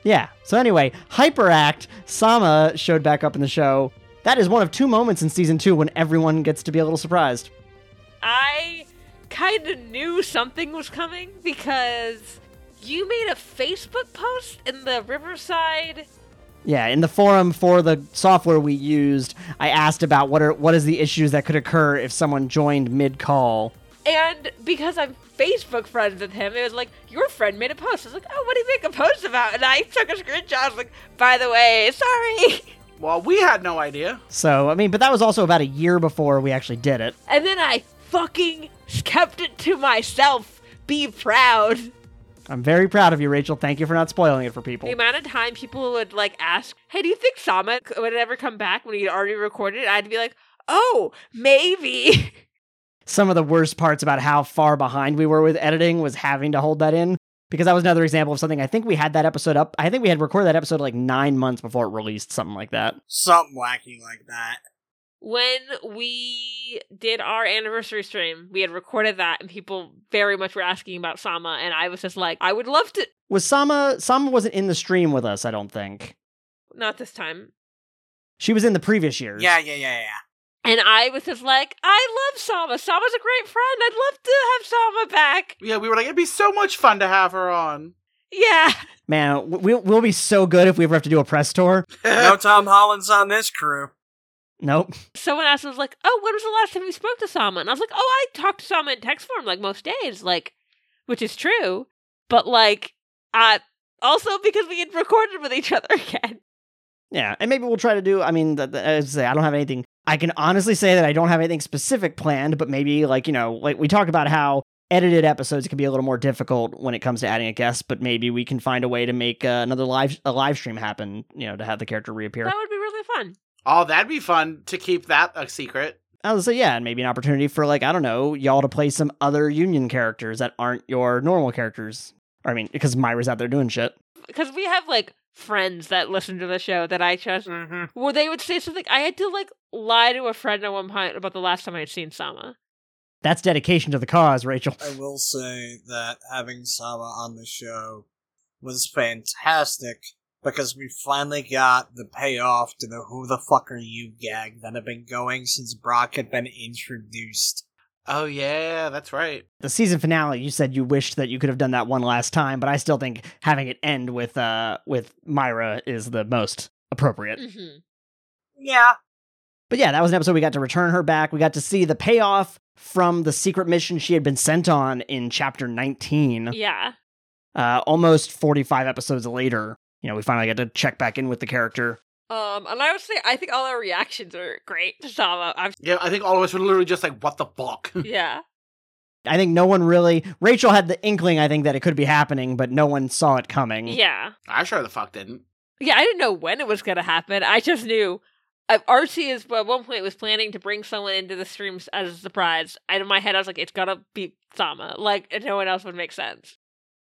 Speaker 1: Yeah. So anyway, Hyperact Sama showed back up in the show. That is one of two moments in season two when everyone gets to be a little surprised.
Speaker 4: I kind of knew something was coming because you made a Facebook post in the Riverside.
Speaker 1: Yeah, in the forum for the software we used, I asked about what are what is the issues that could occur if someone joined mid call.
Speaker 4: And because I'm Facebook friends with him, it was like, your friend made a post. I was like, oh, what did he make a post about? And I took a screenshot. I was like, by the way, sorry.
Speaker 3: Well, we had no idea.
Speaker 1: So I mean, but that was also about a year before we actually did it.
Speaker 4: And then I fucking kept it to myself. Be proud.
Speaker 1: I'm very proud of you, Rachel. Thank you for not spoiling it for people.
Speaker 4: The amount of time people would like ask, "Hey, do you think Sama c- would ever come back when he'd already recorded it?" I'd be like, "Oh, maybe."
Speaker 1: Some of the worst parts about how far behind we were with editing was having to hold that in because that was another example of something. I think we had that episode up. I think we had recorded that episode like nine months before it released, something like that.
Speaker 2: Something wacky like that.
Speaker 4: when we did our anniversary stream, we had recorded that, and people very much were asking about Sama, and I was just like, "I would love to."
Speaker 1: Was Sama? Sama wasn't in the stream with us. I don't think
Speaker 4: Not this time.
Speaker 1: she was in the previous years.
Speaker 2: Yeah, yeah, yeah, yeah.
Speaker 4: And I was just like, "I love Sama. Sama's a great friend. I'd love to have Sama back."
Speaker 3: Yeah, we were like, it'd be so much fun to have her on.
Speaker 4: Yeah.
Speaker 1: man, w- we'll, we'll be so good if we ever have to do a press tour.
Speaker 2: No Tom Holland's on this crew.
Speaker 1: Nope.
Speaker 4: someone asked, was like, oh, when was the last time you spoke to Sama? And I was like, oh, I talk to Sama in text form like most days, like, which is true. But like, I also because we had recorded with each other again.
Speaker 1: Yeah, and maybe we'll try to do. I mean, th- th- as I say, I don't have anything. I can honestly say that I don't have anything specific planned, but maybe like you know, like we talked about how edited episodes can be a little more difficult when it comes to adding a guest, but maybe we can find a way to make uh, another live a live stream happen. You know, to have the character reappear.
Speaker 4: That would be really fun.
Speaker 3: Oh, that'd be fun to keep that a secret.
Speaker 1: I was say yeah, and maybe an opportunity for like I don't know, y'all to play some other union characters that aren't your normal characters. Or, I mean, because Myra's out there doing shit.
Speaker 4: Because we have like friends that listen to the show that I trust.
Speaker 2: Mm-hmm.
Speaker 4: Well, they would say something. I had to like lie to a friend at one point about the last time I had seen Sama.
Speaker 1: That's dedication to the cause, Rachel.
Speaker 2: I will say that having Sama on the show was fantastic because we finally got the payoff to the who the fuck are you gag that had been going since Brock had been introduced.
Speaker 3: Oh, yeah, that's right.
Speaker 1: the season finale you said you wished that you could have done that one last time but i still think having it end with uh with myra is the most appropriate
Speaker 4: Mm-hmm.
Speaker 2: Yeah.
Speaker 1: but yeah that was an episode we got to return her back we got to see the payoff from the secret mission she had been sent on in chapter 19
Speaker 4: Yeah.
Speaker 1: uh almost 45 episodes later you know we finally got to check back in with the character
Speaker 4: Um, and I would say I think all our reactions are great to Sama. I'm,
Speaker 3: Yeah, I think all of us were literally just like, what the fuck?
Speaker 4: yeah.
Speaker 1: i think no one really rachel had the inkling i think that it could be happening but no one saw it coming
Speaker 4: Yeah.
Speaker 3: I sure the fuck didn't.
Speaker 4: Yeah, I didn't know when it was going to happen. I just knew uh, RC is at one point was planning to bring someone into the streams as a surprise. And in my head, I was like, it's got to be Sama. Like, and no one else would make sense.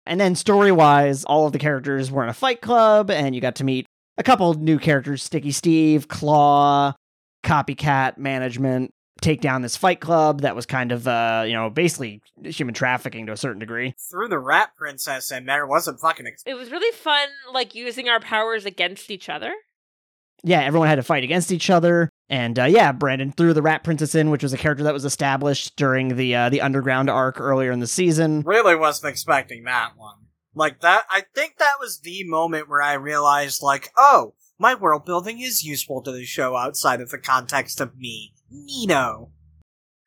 Speaker 1: And then story wise, all of the characters were in a fight club, and you got to meet a couple new characters Sticky Steve, Claw, Copycat Management. take down this fight club that was kind of, uh, you know, basically human trafficking to a certain degree.
Speaker 2: Through the Rat Princess, and there wasn't fucking. Ex-
Speaker 4: It was really fun, like using our powers against each other.
Speaker 1: Yeah, everyone had to fight against each other. And uh, yeah, Brandon threw the Rat Princess in, which was a character that was established during the uh, the underground arc earlier in the season.
Speaker 2: really wasn't expecting that one. Like that, I think that was the moment where I realized, like, oh, my world building is useful to the show outside of the context of me, Nino.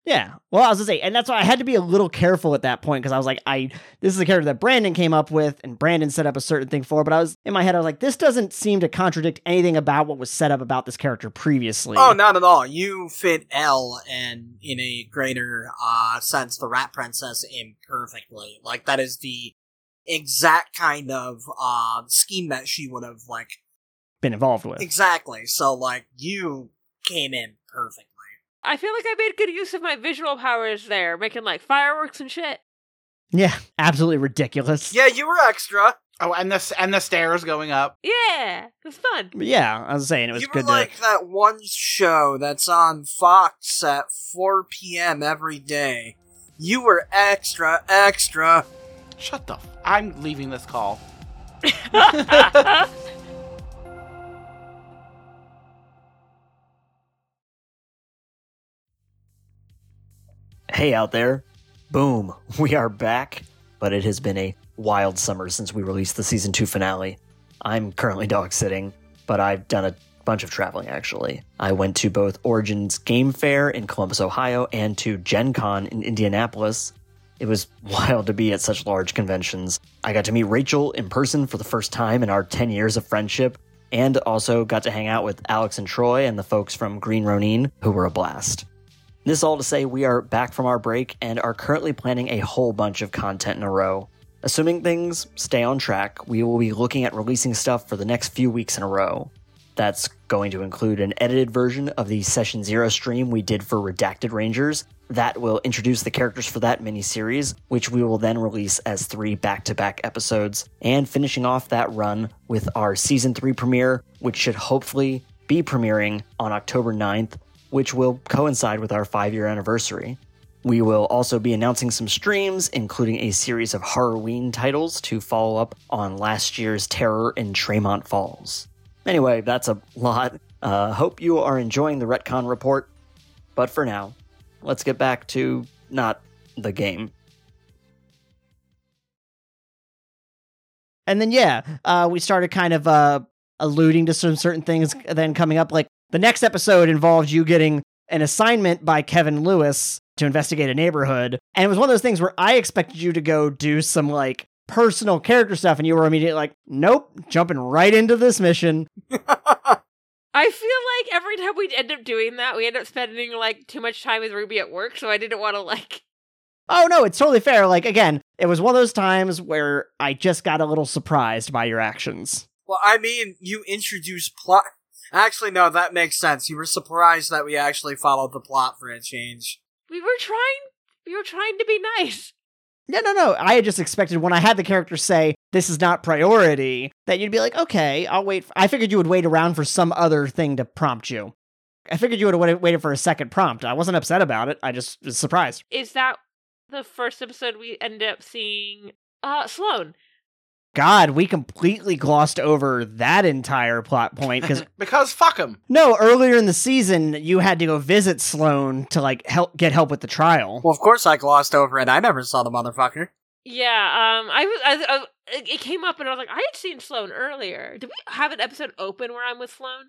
Speaker 1: Yeah. Well, I was gonna say, and that's why I had to be a little careful at that point because I was like, I this is a character that Brandon came up with and Brandon set up a certain thing for, but I was in my head, I was like, this doesn't seem to contradict anything about what was set up about this character previously.
Speaker 2: Oh, not at all. You fit L and in a greater uh, sense the Rat Princess in perfectly. Like that is the exact kind of uh, scheme that she would have like
Speaker 1: Been involved with.
Speaker 2: exactly. So like you came in perfectly.
Speaker 4: I feel like I made good use of my visual powers there, making like fireworks and shit.
Speaker 1: Yeah. Absolutely ridiculous.
Speaker 2: Yeah, you were extra.
Speaker 3: Oh, and the s- and the stairs going up.
Speaker 4: Yeah, it was fun.
Speaker 1: But yeah, I was saying it was
Speaker 2: you were
Speaker 1: good
Speaker 2: like
Speaker 1: to
Speaker 2: that one show that's on Fox at 4 p.m. every day. You were extra, extra.
Speaker 3: Shut the. F- I'm leaving this call.
Speaker 1: Hey out there. Boom. We are back. But it has been a wild summer since we released the season two finale. I'm currently dog sitting, but I've done a bunch of traveling actually. I went to both Origins Game Fair in Columbus, Ohio, and to Gen Con in Indianapolis. It was wild to be at such large conventions. I got to meet Rachel in person for the first time in our 10 years of friendship, and also got to hang out with Alex and Troy and the folks from Green Ronin, who were a blast. This all to say we are back from our break and are currently planning a whole bunch of content in a row. Assuming things stay on track, we will be looking at releasing stuff for the next few weeks in a row. That's going to include an edited version of the Session Zero stream we did for Redacted Rangers. That will introduce the characters for that miniseries, which we will then release as three back to back episodes, and finishing off that run with our Season 3 premiere, which should hopefully be premiering on October 9th which will coincide with our five year anniversary. We will also be announcing some streams, including a series of Horrorween titles to follow up on last year's Terror in Tremont Falls. Anyway, that's a lot. Uh, hope you are enjoying the Retcon Report. But for now, let's get back to not the game. And then, yeah, uh, we started kind of uh, alluding to some certain things then coming up. Like the next episode involved you getting an assignment by Kevin Lewis to investigate a neighborhood. And it was one of those things where I expected you to go do some like personal character stuff, and you were immediately like, nope, jumping right into this mission.
Speaker 4: I feel like every time we end up doing that, we end up spending like too much time with Ruby at work, so I didn't want to like.
Speaker 1: Oh no, it's totally fair. Like, again, it was one of those times where I just got a little surprised by your actions.
Speaker 2: Well, I mean, you introduced plot. Actually, no, that makes sense. You were surprised that we actually followed the plot for a change.
Speaker 4: We were trying. We were trying to be nice.
Speaker 1: No, no, no. I had just expected when I had the character say, this is not priority, that you'd be like, okay, I'll wait. f- I figured you would wait around for some other thing to prompt you. I figured you would have waited- waited for a second prompt. I wasn't upset about it. I just was surprised.
Speaker 4: Is that the first episode we end up seeing? Uh, Sloane.
Speaker 1: God, we completely glossed over that entire plot point because
Speaker 3: Because fuck them.
Speaker 1: no, earlier in the season, you had to go visit Sloane to like help get help with the trial.
Speaker 2: Well, of course I glossed over it. I never saw the motherfucker.
Speaker 4: Yeah. Um. I was. I, I, it- it came up, and I was like, I had seen Sloane earlier. Did we have an episode open where I'm with Sloane?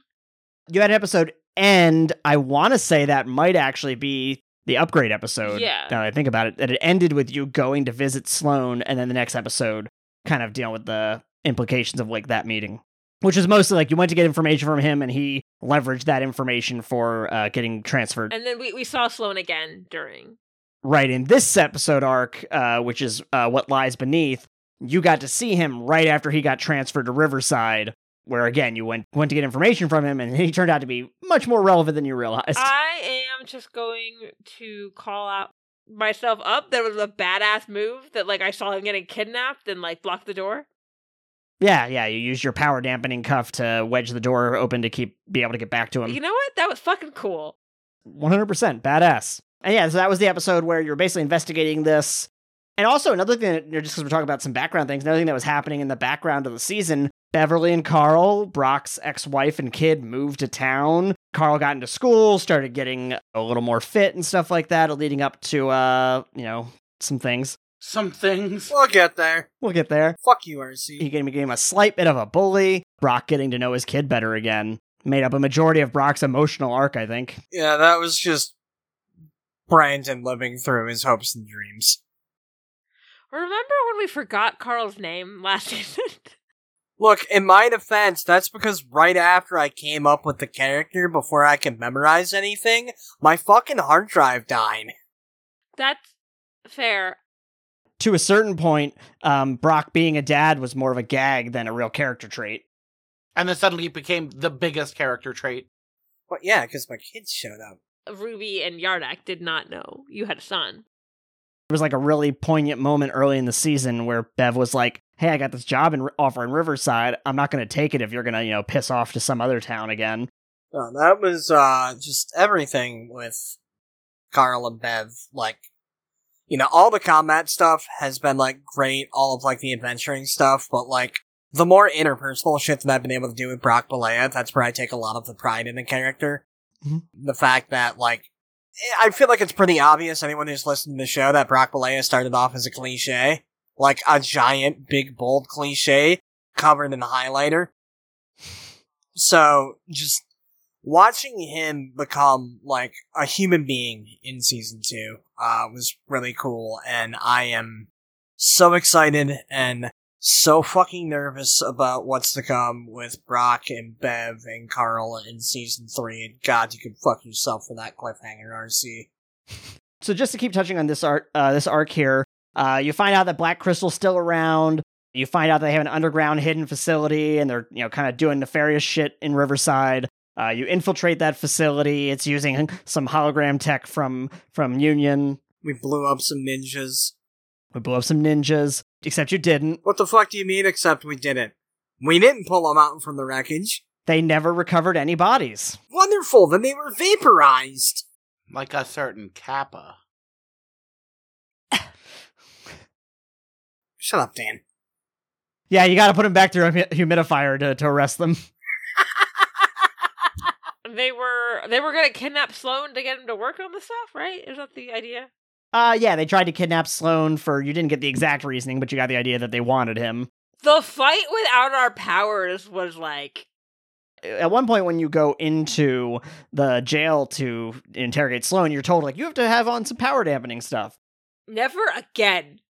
Speaker 1: you had an episode end. I want to say that might actually be the upgrade episode.
Speaker 4: Yeah.
Speaker 1: Now that I think about it, that it ended with you going to visit Sloan, and then the next episode kind of dealing with the implications of like that meeting, which is mostly like you went to get information from him, and he leveraged that information for uh, getting transferred
Speaker 4: And then we we saw Sloane again during.
Speaker 1: right in this episode arc, uh, which is uh, what lies beneath. You got to see him right after he got transferred to Riverside. Where again, you went went to get information from him, and he turned out to be much more relevant than you realized.
Speaker 4: I am just going to call out myself up. That was a badass move that like I saw him getting kidnapped and like blocked the door.
Speaker 1: Yeah, yeah. You use your power dampening cuff to wedge the door open to keep be able to get back to him.
Speaker 4: You know what? That was fucking cool.
Speaker 1: 100% badass. And yeah, so that was the episode where you're basically investigating this. And also, another thing, that, you know, just because we're talking about some background things, another thing that was happening in the background of the season Beverly and Carl, Brock's ex wife and kid, moved to town. Carl got into school, started getting a little more fit and stuff like that, leading up to, uh, you know, some things.
Speaker 3: Some things.
Speaker 2: We'll get there.
Speaker 1: We'll get there.
Speaker 2: Fuck you,
Speaker 1: He
Speaker 2: RC.
Speaker 1: gave became a slight bit of a bully. Brock getting to know his kid better again made up a majority of Brock's emotional arc, I think.
Speaker 2: Yeah, that was just Brandon living through his hopes and dreams.
Speaker 4: Remember when we forgot Carl's name last season?
Speaker 2: Look, in my defense, that's because right after I came up with the character before I could memorize anything, my fucking hard drive died.
Speaker 4: That's fair.
Speaker 1: To a certain point, um, Brock being a dad was more of a gag than a real character trait.
Speaker 3: And then suddenly it became the biggest character trait.
Speaker 2: But yeah, because my kids showed up.
Speaker 4: Ruby and Yardak did not know you had a son.
Speaker 1: There was like a really poignant moment early in the season where Bev was like, "Hey, I got this job in offer in Riverside. I'm not going to take it if you're going to, you know, piss off to some other town again."
Speaker 2: Uh, that was uh, just everything with Carl and Bev. Like, you know, all the combat stuff has been like great. All of like the adventuring stuff, but like the more interpersonal shit that I've been able to do with Brock Balea, that's where I take a lot of the pride in the character.
Speaker 1: Mhm.
Speaker 2: The fact that like. eh, I- I feel like it's pretty obvious anyone who's listened to the show that Brock Balea started off as a cliche, like a giant, big, bold cliche covered in highlighter. So just watching him become like a human being in season two uh, was really cool, and I am so excited and so fucking nervous about what's to come with Brock and Bev and Carl in season three. And God, you could fuck yourself for that cliffhanger, RC.
Speaker 1: So just to keep touching on this arc, uh, this arc here, uh, you find out that Black Crystal's still around. You find out they have an underground hidden facility, and they're you know kind of doing nefarious shit in Riverside. Uh, you infiltrate that facility. It's using some hologram tech from from Union.
Speaker 2: We blew up some ninjas.
Speaker 1: We blew up some ninjas, except you didn't.
Speaker 2: What the fuck do you mean? Except we didn't. We didn't pull them out from the wreckage.
Speaker 1: They never recovered any bodies.
Speaker 2: Wonderful. Then they were vaporized.
Speaker 3: Like a certain Kappa.
Speaker 2: Shut up, Dan.
Speaker 1: Yeah, you got to put them back through a hu- humidifier to, to arrest them.
Speaker 4: They were they were gonna kidnap Sloan to get him to work on the stuff, right? Is that the idea?
Speaker 1: Uh, yeah, they tried to kidnap Sloan for you didn't get the exact reasoning, but you got the idea that they wanted him.
Speaker 4: The fight without our powers was like
Speaker 1: at one point when you go into the jail to interrogate Sloan, you're told like you have to have on some power dampening stuff.
Speaker 4: never again.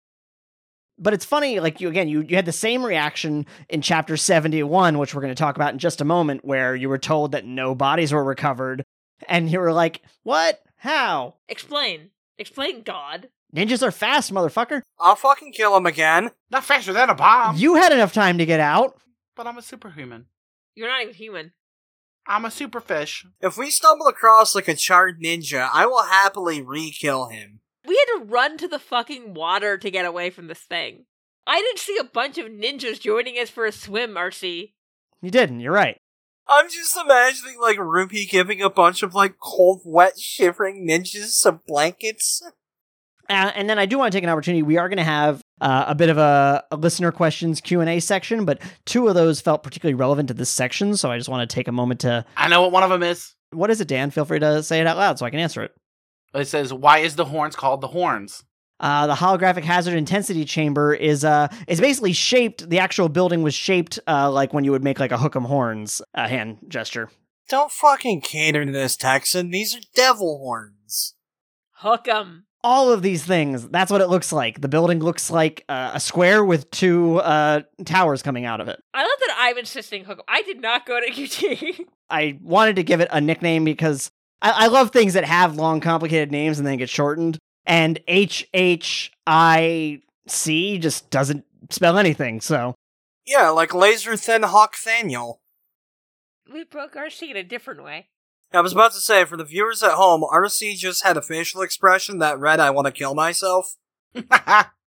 Speaker 1: But it's funny, like you again, you, you had the same reaction in chapter 71, which we're going to talk about in just a moment, where you were told that no bodies were recovered, and you were like, "What? How?
Speaker 4: Explain. Explain God.
Speaker 1: Ninjas are fast, motherfucker!
Speaker 2: I'll fucking kill him again.
Speaker 3: Not faster than a bomb,
Speaker 1: You had enough time to get out."
Speaker 3: but I'm a superhuman.
Speaker 4: You're not even human.
Speaker 3: I'm a superfish.
Speaker 2: If we stumble across like a charred ninja, I will happily re-kill him.
Speaker 4: We had to run to the fucking water to get away from this thing. I didn't see a bunch of ninjas joining us for a swim, RC.
Speaker 1: You didn't. You're right.
Speaker 2: I'm just imagining like Ruby giving a bunch of like cold, wet, shivering ninjas some blankets.
Speaker 1: Uh, and then I do want to take an opportunity. We are going to have uh, a bit of a, a listener questions Q and A section, but two of those felt particularly relevant to this section, so I just want to take a moment to.
Speaker 3: I know what one of them is.
Speaker 1: What is it, Dan? Feel free to say it out loud so I can answer it.
Speaker 3: It says, Why is the horns called the horns?
Speaker 1: Uh, the holographic hazard intensity chamber is uh is basically shaped. The actual building was shaped uh, like when you would make like a hook'em horns uh, hand gesture.
Speaker 2: Don't fucking cater to this Texan. These are devil horns.
Speaker 4: Hook 'em.
Speaker 1: All of these things. That's what it looks like. The building looks like uh, a square with two uh, towers coming out of it.
Speaker 4: I love that I'm insisting hook 'em. I did not go to UT.
Speaker 1: I wanted to give it a nickname because I, I love things that have long, complicated names and then get shortened. And H H I C just doesn't spell anything. So
Speaker 2: Yeah, like laser thin Hawk Thaniel.
Speaker 4: we broke RC in a different way.
Speaker 2: I was about to say for the viewers at home, RC just had a facial expression that read, "I want to kill myself."
Speaker 3: Mm-hmm.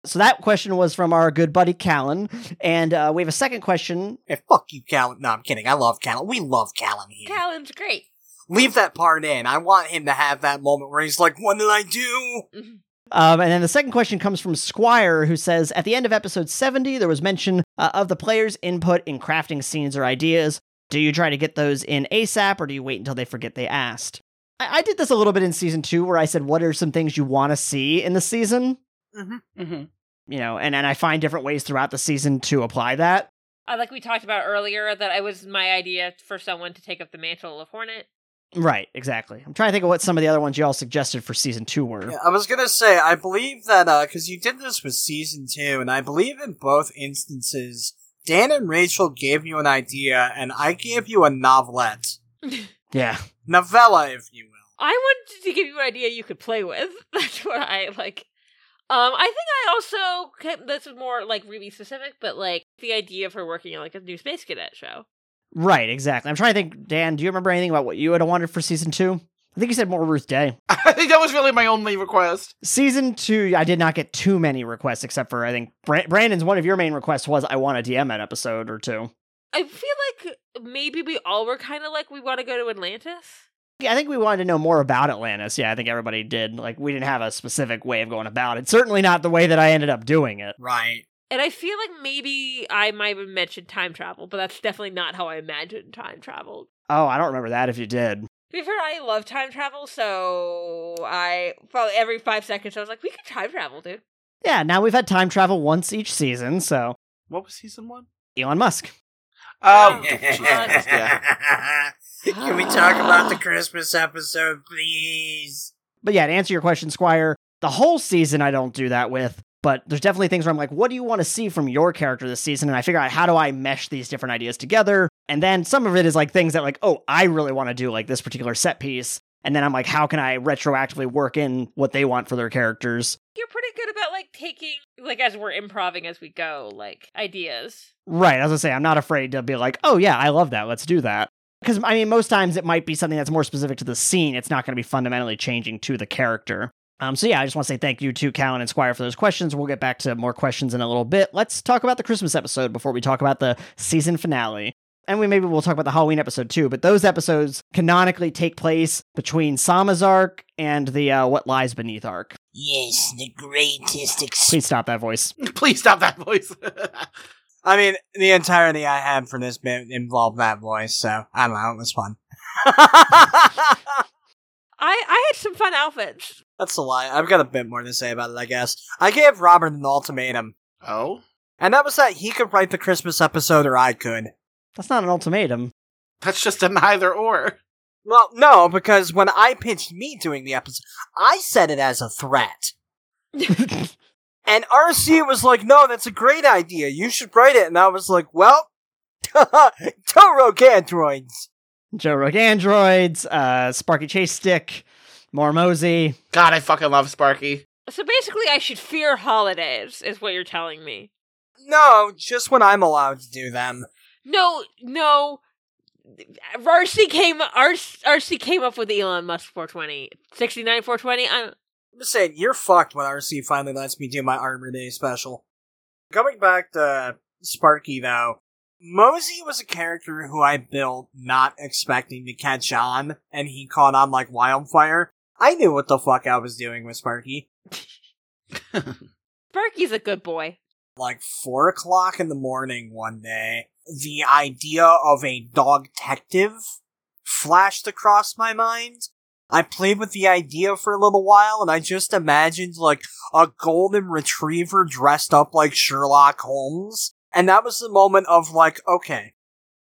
Speaker 1: so that question was from our good buddy Callan, and uh, we have a second question.
Speaker 2: Eh, Hey, fuck you, Callan. No, I'm kidding. I love Callan. We love Callan here.
Speaker 4: Callan's great.
Speaker 2: Leave that part in. I want him to have that moment where he's like, "What did I do?"
Speaker 1: Um, and then the second question comes from Squire, who says At the end of episode 70, there was mention uh, of the players' input in crafting scenes or ideas. Do you try to get those in ASAP or do you wait until they forget they asked? I, I did this a little bit in season two where I said, What are some things you want to see in the season?
Speaker 3: Mm-hmm.
Speaker 1: You know, and, and I find different ways throughout the season to apply that.
Speaker 4: Uh, like we talked about earlier, that it was my idea for someone to take up the mantle of Hornet.
Speaker 1: Right, exactly. I'm trying to think of what some of the other ones y'all suggested for season two were.
Speaker 2: Yeah, I was gonna say, I believe that uh, because you did this with season two, and I believe in both instances, Dan and Rachel gave you an idea, and I gave you a novelette,
Speaker 1: yeah.
Speaker 2: novella, if you will.
Speaker 4: I wanted to give you an idea you could play with. That's what I like. Um, I think I also kept- this is more like Ruby specific, but like the idea of her working on like a new space cadet show.
Speaker 1: Right, exactly. I'm trying to think, Dan, do you remember anything about what you had wanted for season two? I think you said more Ruth Day.
Speaker 3: I think that was really my only request.
Speaker 1: Season two, I did not get too many requests, except for I think Bra- Brandon's one of your main requests was I want a DM at episode or two.
Speaker 4: I feel like maybe we all were kind of like we want to go to Atlantis.
Speaker 1: Yeah, I think we wanted to know more about Atlantis. Yeah, I think everybody did. Like, we didn't have a specific way of going about it. Certainly not the way that I ended up doing it.
Speaker 2: Right.
Speaker 4: And I feel like maybe I might have mentioned time travel, but that's definitely not how I imagined time travel.
Speaker 1: Oh, I don't remember that if you did.
Speaker 4: To be fair, I love time travel, so I probably every five seconds I was like, we could time travel, dude.
Speaker 1: Yeah, now we've had time travel once each season, so
Speaker 3: What was season one?
Speaker 1: Elon Musk.
Speaker 3: Oh,
Speaker 4: Yeah.
Speaker 3: Jesus, yeah.
Speaker 2: Can we talk about the Christmas episode, please?
Speaker 1: But yeah, to answer your question, Squire, the whole season I don't do that with, but there's definitely things where I'm like, what do you want to see from your character this season? And I figure out how do I mesh these different ideas together. And then some of it is like things that like, oh, I really want to do like this particular set piece. And then I'm like, how can I retroactively work in what they want for their characters?
Speaker 4: You're pretty good about like taking like as we're improvising as we go, like ideas.
Speaker 1: Right. As I say, I'm not afraid to be like, oh yeah, I love that. Let's do that. Because I mean, most times it might be something that's more specific to the scene. It's not going to be fundamentally changing to the character. Um, so yeah, I just want to say thank you to Callan and Squire for those questions. We'll get back to more questions in a little bit. Let's talk about the Christmas episode before we talk about the season finale. And we maybe we'll talk about the Halloween episode too, but those episodes canonically take place between Sama's arc and the uh, What Lies Beneath arc.
Speaker 2: Yes, the greatest ex-
Speaker 1: Please stop that voice.
Speaker 3: Please stop that voice.
Speaker 2: I mean, the entirety I had for this bit involved that voice, so I don't know, it was fun.
Speaker 4: I I had some fun outfits.
Speaker 2: That's a lie. I've got a bit more to say about it, I guess. I gave Robert an ultimatum,
Speaker 3: oh,
Speaker 2: and that was that he could write the Christmas episode or I could.
Speaker 1: That's not an ultimatum.
Speaker 3: that's just an either or.
Speaker 2: Well, no, because when I pitched me doing the episode, I said it as a threat. And RC was like, no, that's a great idea. You should write it. And I was like, well, Toro Androids.
Speaker 1: Joe Rogue androids, uh, Sparky Chase Stick, Mormosy.
Speaker 3: God, I fucking love Sparky.
Speaker 4: So basically I should fear holidays is what you're telling me.
Speaker 2: No, just when I'm allowed to do them.
Speaker 4: No, no. RC came RC, RC came up with Elon Musk 420. 69 420. I
Speaker 2: I'm just saying, you're fucked when RC finally lets me do my Armor Day special. Going back to Sparky, though, Mosey was a character who I built not expecting to catch on, and he caught on like wildfire. I knew what the fuck I was doing with Sparky.
Speaker 4: Berkey's a good boy.
Speaker 2: Like, 4 o'clock in the morning one day, the idea of a dog detective flashed across my mind. I played with the idea for a little while, and I just imagined like a golden retriever dressed up like Sherlock Holmes. And that was the moment of like, okay,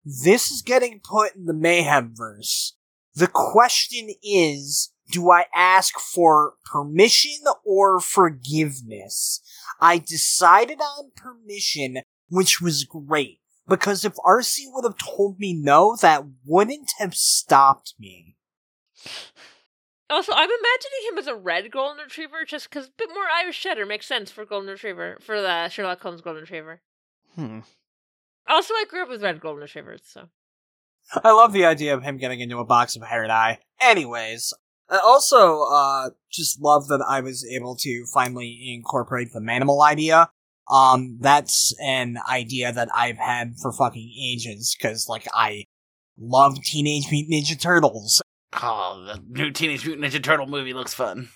Speaker 2: this is getting put in the mayhem verse. The question is, do I ask for permission or forgiveness? I decided on permission, which was great, because if RC would have told me no, that wouldn't have stopped me.
Speaker 4: Also, I'm imagining him as a red golden retriever just because a bit more Irish Setter makes sense for golden retriever, for the Sherlock Holmes golden retriever.
Speaker 1: Hmm.
Speaker 4: Also, I grew up with red golden retrievers, so.
Speaker 2: I love the idea of him getting into a box of hair and eye. Anyways, I also uh, just love that I was able to finally incorporate the manimal idea. Um, that's an idea that I've had for fucking ages because, like, I love Teenage Mutant Ninja Turtles
Speaker 3: Oh, the new Teenage Mutant Ninja Turtle movie looks fun.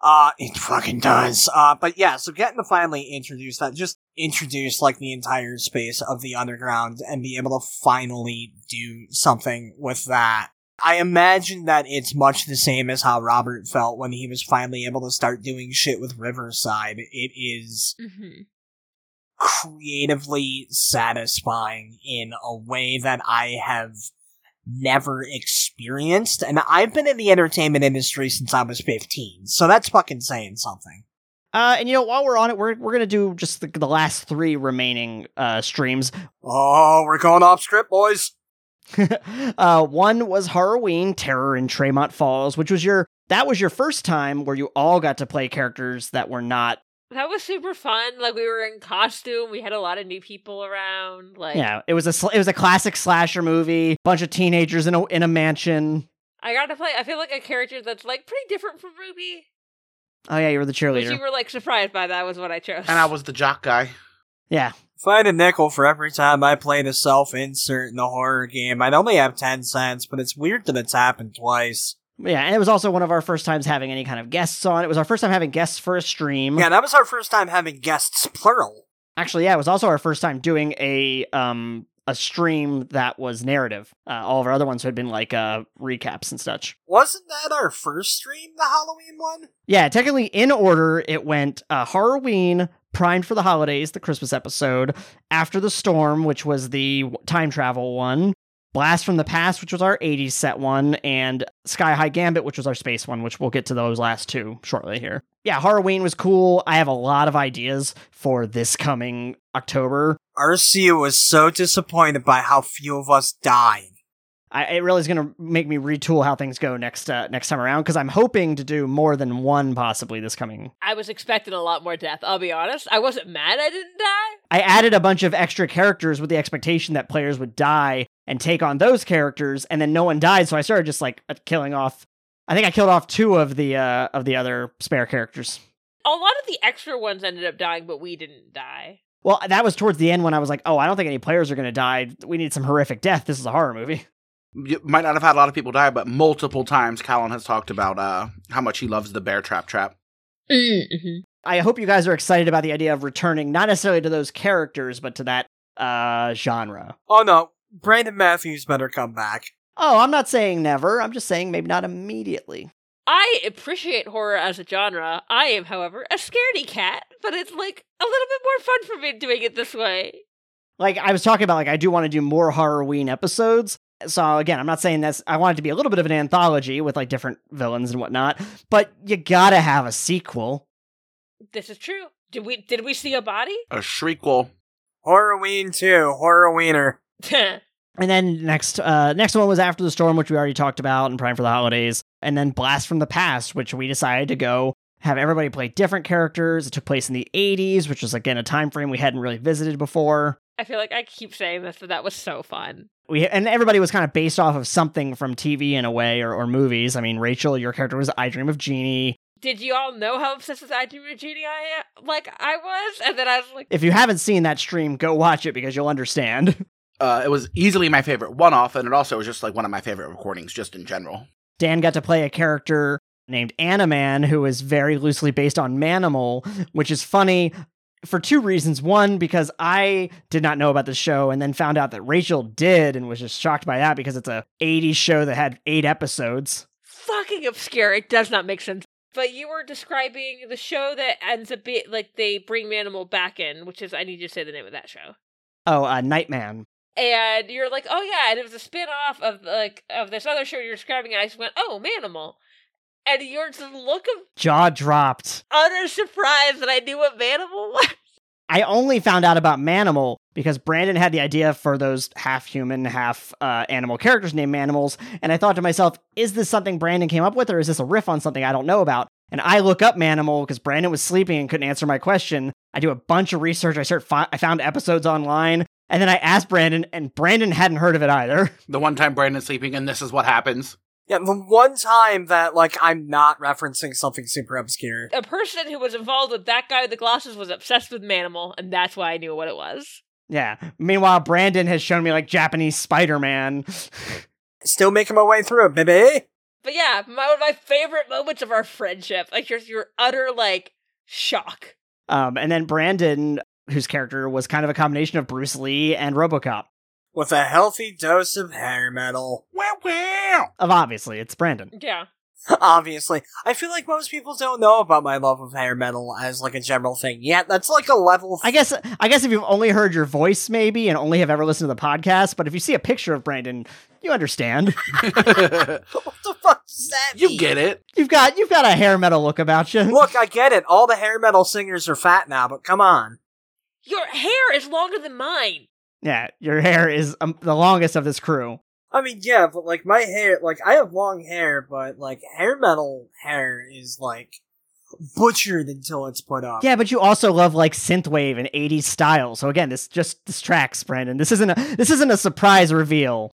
Speaker 2: Uh, it fucking does. Uh, but yeah, so getting to finally introduce that, just introduce like the entire space of the underground and be able to finally do something with that. I imagine that it's much the same as how Robert felt when he was finally able to start doing shit with Riverside. It is
Speaker 4: Mm-hmm.
Speaker 2: creatively satisfying in a way that I have never experienced. And I've been in the entertainment industry since I was 15, so that's fucking saying something.
Speaker 1: Uh, and you know, while we're on it, we're we're gonna do just the, the last three remaining uh, streams.
Speaker 2: Oh, we're going off script, boys.
Speaker 1: uh, one was Harroween Terror in Tremont Falls, which was your that was your first time where you all got to play characters that were not
Speaker 4: That was super fun. Like we were in costume. We had a lot of new people around. Like
Speaker 1: yeah, it was a sl- it was a classic slasher movie. Bunch of teenagers in a in a mansion.
Speaker 4: I got to play. I feel like a character that's like pretty different from Ruby.
Speaker 1: Oh yeah, you were the
Speaker 4: Which you
Speaker 1: cheerleader.
Speaker 4: were like surprised by. That was what I chose.
Speaker 3: And I was the jock guy.
Speaker 1: Yeah,
Speaker 2: Find a nickel for every time I play the self insert in a horror game. I'd only have 10 cents, but it's weird that it's happened twice.
Speaker 1: yeah, and it was also one of our first times having any kind of guests on. It was our first time having guests for a stream.
Speaker 2: Yeah, that was our first time having guests, plural.
Speaker 1: Actually, yeah, it was also our first time doing a um a stream that was narrative. Uh, all of our other ones had been like uh recaps and such.
Speaker 2: Wasn't that our first stream, the Halloween one?
Speaker 1: Yeah, technically in order, it went uh, Halloween, Primed for the Holidays, the Christmas episode, After the Storm, which was the w- time travel one, Blast from the Past, which was our 80s set one, and Sky High Gambit, which was our space one, which we'll get to those last two shortly here. Yeah, Halloween was cool. I have a lot of ideas for this coming October.
Speaker 2: Arcia was so disappointed by how few of us died.
Speaker 1: I, it really is going to make me retool how things go next uh, next time around because I'm hoping to do more than one possibly this coming
Speaker 4: I was expecting a lot more death. I'll be honest. I wasn't mad I didn't die.
Speaker 1: I added a bunch of extra characters with the expectation that players would die and take on those characters, and then no one died, so I started just like uh, killing off. I think I killed off two of the uh, of the other spare characters.
Speaker 4: A lot of the extra ones ended up dying, but we didn't die.
Speaker 1: Well, that was towards the end when I was like, "Oh, I don't think any players are going to die. We need some horrific death. This is a horror movie."
Speaker 3: You might not have had a lot of people die, but multiple times Callan has talked about uh, how much he loves the bear trap trap.
Speaker 4: Mm-hmm.
Speaker 1: I hope you guys are excited about the idea of returning, not necessarily to those characters, but to that uh, genre.
Speaker 2: Oh no, Brandon Matthews better come back.
Speaker 1: Oh, I'm not saying never. I'm just saying maybe not immediately.
Speaker 4: I appreciate horror as a genre. I am, however, a scaredy cat, but it's like a little bit more fun for me doing it this way.
Speaker 1: like I was talking about, like I do want to do more Halloween episodes. So again, I'm not saying that's I want it to be a little bit of an anthology with like different villains and whatnot, but you gotta have a sequel.
Speaker 4: This is true. Did we did we see a body?
Speaker 3: A shriekwell.
Speaker 2: Horrorween too, Horrorweener.
Speaker 1: And then next uh next one was After the Storm, which we already talked about and Prime for the Holidays, and then Blast from the Past, which we decided to go have everybody play different characters. It took place in the 80s, which was again a time frame we hadn't really visited before.
Speaker 4: I feel like I keep saying this, but that was so fun.
Speaker 1: we and everybody was kind of based off of something from TV in a way or, or movies. I mean, Rachel, your character was I Dream of Jeannie.
Speaker 4: Did you all know how obsessed with I Dream of Jeannie I am? Like I was, and then I was like,
Speaker 1: If you haven't seen that stream, go watch it because you'll understand.
Speaker 3: Uh, it was easily my favorite one off, and it also was just like one of my favorite recordings just in general.
Speaker 1: Dan got to play a character named Animan, who is very loosely based on Manimal, which is funny for two reasons. One, because I did not know about the show and then found out that Rachel did and was just shocked by that because it's a 80s show that had eight episodes.
Speaker 4: fucking obscure. It does not make sense. But you were describing the show that ends up being like they bring Manimal back in, which is I need you to say the name of that show.
Speaker 1: Oh, uh, Nightman.
Speaker 4: And you're like, oh yeah, and it was a spin off of like of this other show you're describing. And I just went, oh Manimal, and your look of
Speaker 1: Jaw dropped.
Speaker 4: utter surprise that I knew what Manimal was.
Speaker 1: I only found out about Manimal because Brandon had the idea for those half human, half uh, animal characters named Manimals. And I thought to myself, is this something Brandon came up with or is this a riff on something I don't know about? And I look up Manimal because Brandon was sleeping and couldn't answer my question. I do a bunch of research. I start fi- I found episodes online. And then I asked Brandon, and Brandon hadn't heard of it either.
Speaker 3: The one time Brandon's sleeping, and this is what happens.
Speaker 2: Yeah, the one time that like I'm not referencing something super obscure.
Speaker 4: A person who was involved with that guy with the glasses was obsessed with Manimal, and that's why I knew what it was.
Speaker 1: Yeah. Meanwhile, Brandon has shown me like Japanese Spider Man.
Speaker 2: Still making my way through it, baby.
Speaker 4: But yeah, my, one of my favorite moments of our friendship, like just your utter like shock.
Speaker 1: Um, and then Brandon, whose character was kind of a combination of Bruce Lee and Robocop.
Speaker 2: With a healthy dose of hair metal.
Speaker 3: Wow, wow.
Speaker 1: Of obviously, it's Brandon.
Speaker 4: Yeah.
Speaker 2: Obviously. I feel like most people don't know about my love of hair metal as like a general thing. Yeah, that's like a level
Speaker 1: I guess I guess if you've only heard your voice, maybe, and only have ever listened to the podcast, but if you see a picture of Brandon, you understand.
Speaker 2: what the fuck does that
Speaker 3: you
Speaker 2: mean?
Speaker 3: get it.
Speaker 1: You've got you've got a hair metal look about you.
Speaker 2: Look, I get it. All the hair metal singers are fat now, but come on.
Speaker 4: Your hair is longer than mine.
Speaker 1: Yeah, your hair is um, the longest of this crew.
Speaker 2: I mean, yeah, but like my hair, like I have long hair, but like hair metal hair is like butchered until it's put up.
Speaker 1: Yeah, but you also love like synthwave and 80s style. So again, this just this tracks, Brandon. This isn't a this isn't a surprise reveal.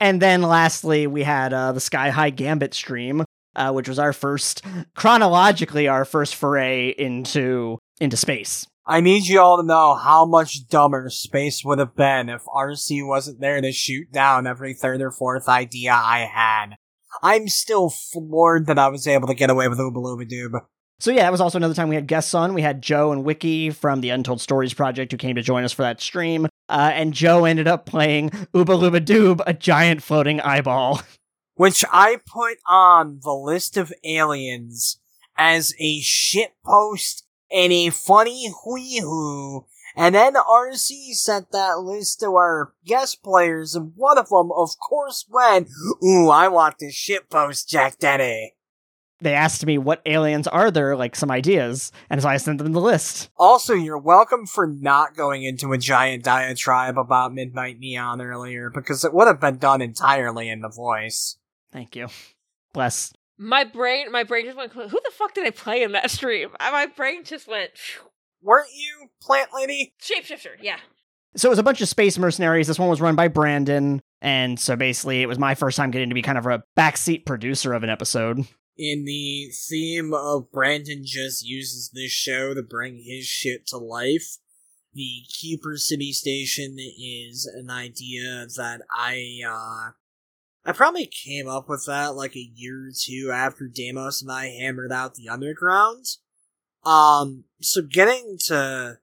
Speaker 1: And then lastly, we had uh, the Sky High Gambit stream, uh, which was our first chronologically our first foray into into space.
Speaker 2: I need you all to know how much dumber space would have been if RC wasn't there to shoot down every third or fourth idea I had. I'm still floored that I was able to get away with Oobalooba Doob.
Speaker 1: So yeah, that was also another time we had guests on. We had Joe and Wiki from the Untold Stories Project who came to join us for that stream. Uh, and Joe ended up playing Ooba Looba Doob, a giant floating eyeball.
Speaker 2: which I put on the list of aliens as a shitpost and a funny hui hoo. And then RC sent that list to our guest players, and one of them, of course, went, Ooh, I want this shitpost, Jack Daddy.
Speaker 1: they asked me what aliens are there, like some ideas, and so I sent them the list.
Speaker 2: Also, you're welcome for not going into a giant diatribe about Midnight Neon earlier, because it would have been done entirely in the voice.
Speaker 1: Thank you. Bless.
Speaker 4: My brain, my brain just went. Who the fuck did I play in that stream? Uh, My brain just went phew.
Speaker 2: Weren't you, Plant Lady?
Speaker 4: shapeshifter. Yeah.
Speaker 1: So it was a bunch of space mercenaries. This one was run by Brandon, and so basically it was my first time getting to be kind of a backseat producer of an episode.
Speaker 2: in the theme of Brandon just uses this show to bring his shit to life. The Keeper City Station is an idea that I, uh, I probably came up with that like a year or two after Damos and I hammered out the Underground. Um, so getting to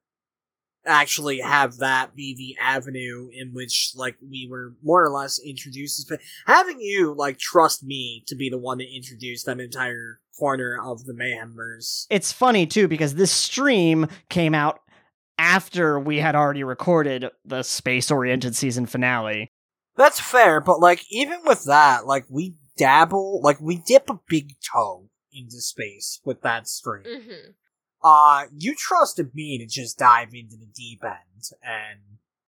Speaker 2: actually have that be the avenue in which like we were more or less introduced but having you like trust me to be the one to introduce that entire corner of the mayhemverse
Speaker 1: It's funny too because this stream came out after we had already recorded the space-oriented season finale.
Speaker 2: that's fair but like even with that like we dabble like we dip a big toe into space with that stream
Speaker 4: hmm
Speaker 2: uh you trusted me to just dive into the deep end and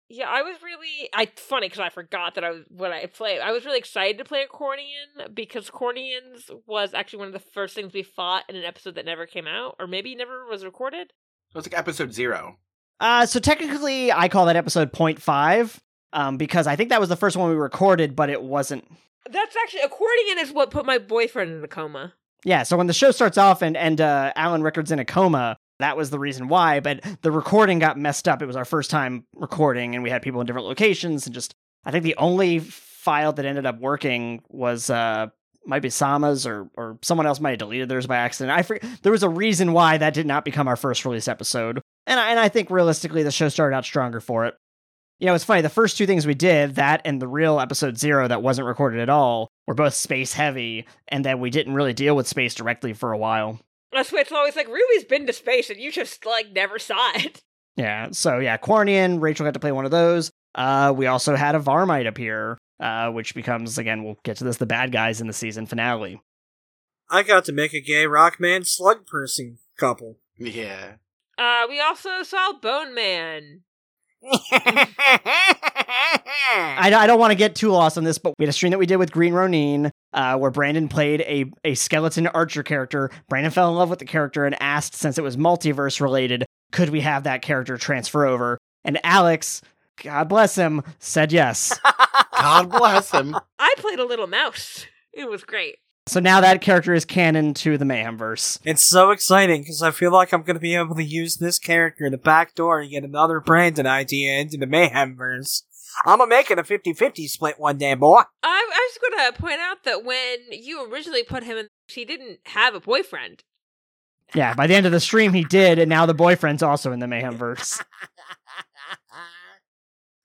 Speaker 4: Yeah, I was really I funny because I forgot that I was what I played. I was really excited to play accordion because accordions was actually one of the first things we fought in an episode that never came out, or maybe never was recorded.
Speaker 3: It was like episode zero.
Speaker 1: Uh, so technically, I call that episode 0.5 um, because I think that was the first one we recorded, but it wasn't
Speaker 4: That's actually accordion is what put my boyfriend in a coma.
Speaker 1: Yeah, so when the show starts off and and uh, Alan Rickard's in a coma, that was the reason why. But the recording got messed up. It was our first time recording, and we had people in different locations, and just I think the only file that ended up working was uh, might be Sama's or or someone else might have deleted theirs by accident. I forget. There was a reason why that did not become our first release episode, and I, and I think realistically the show started out stronger for it. You know, it's funny. The first two things we did, that and the real episode zero that wasn't recorded at all, were both space heavy, and that we didn't really deal with space directly for a while.
Speaker 4: That's why it's always like Ruby's been to space and you just like never saw it.
Speaker 1: Yeah. So yeah, Quarnian, Rachel got to play one of those. Uh, we also had a Varmite appear, uh, which becomes again, we'll get to this, the bad guys in the season finale.
Speaker 2: i got to make a gay rock man slug person couple
Speaker 3: Yeah.
Speaker 4: Uh, we also saw Bone Man.
Speaker 1: I, I don't want to get too lost on this, but we had a stream that we did with Green Ronin, uh, where Brandon played a a skeleton archer character. Brandon fell in love with the character and asked, since it was multiverse related, could we have that character transfer over? And Alex, God bless him, said yes.
Speaker 3: God bless him.
Speaker 4: I played a little mouse. It was great.
Speaker 1: So now that character is canon to the Mayhemverse.
Speaker 2: It's so exciting because I feel like I'm going to be able to use this character to backdoor and get another Brandon idea into the Mayhemverse. I'm gonna make it a 50-50 split one day, boy.
Speaker 4: I, I was going to point out that when you originally put him in, he didn't have a boyfriend.
Speaker 1: Yeah, by the end of the stream, he did, and now the boyfriend's also in the Mayhem verse.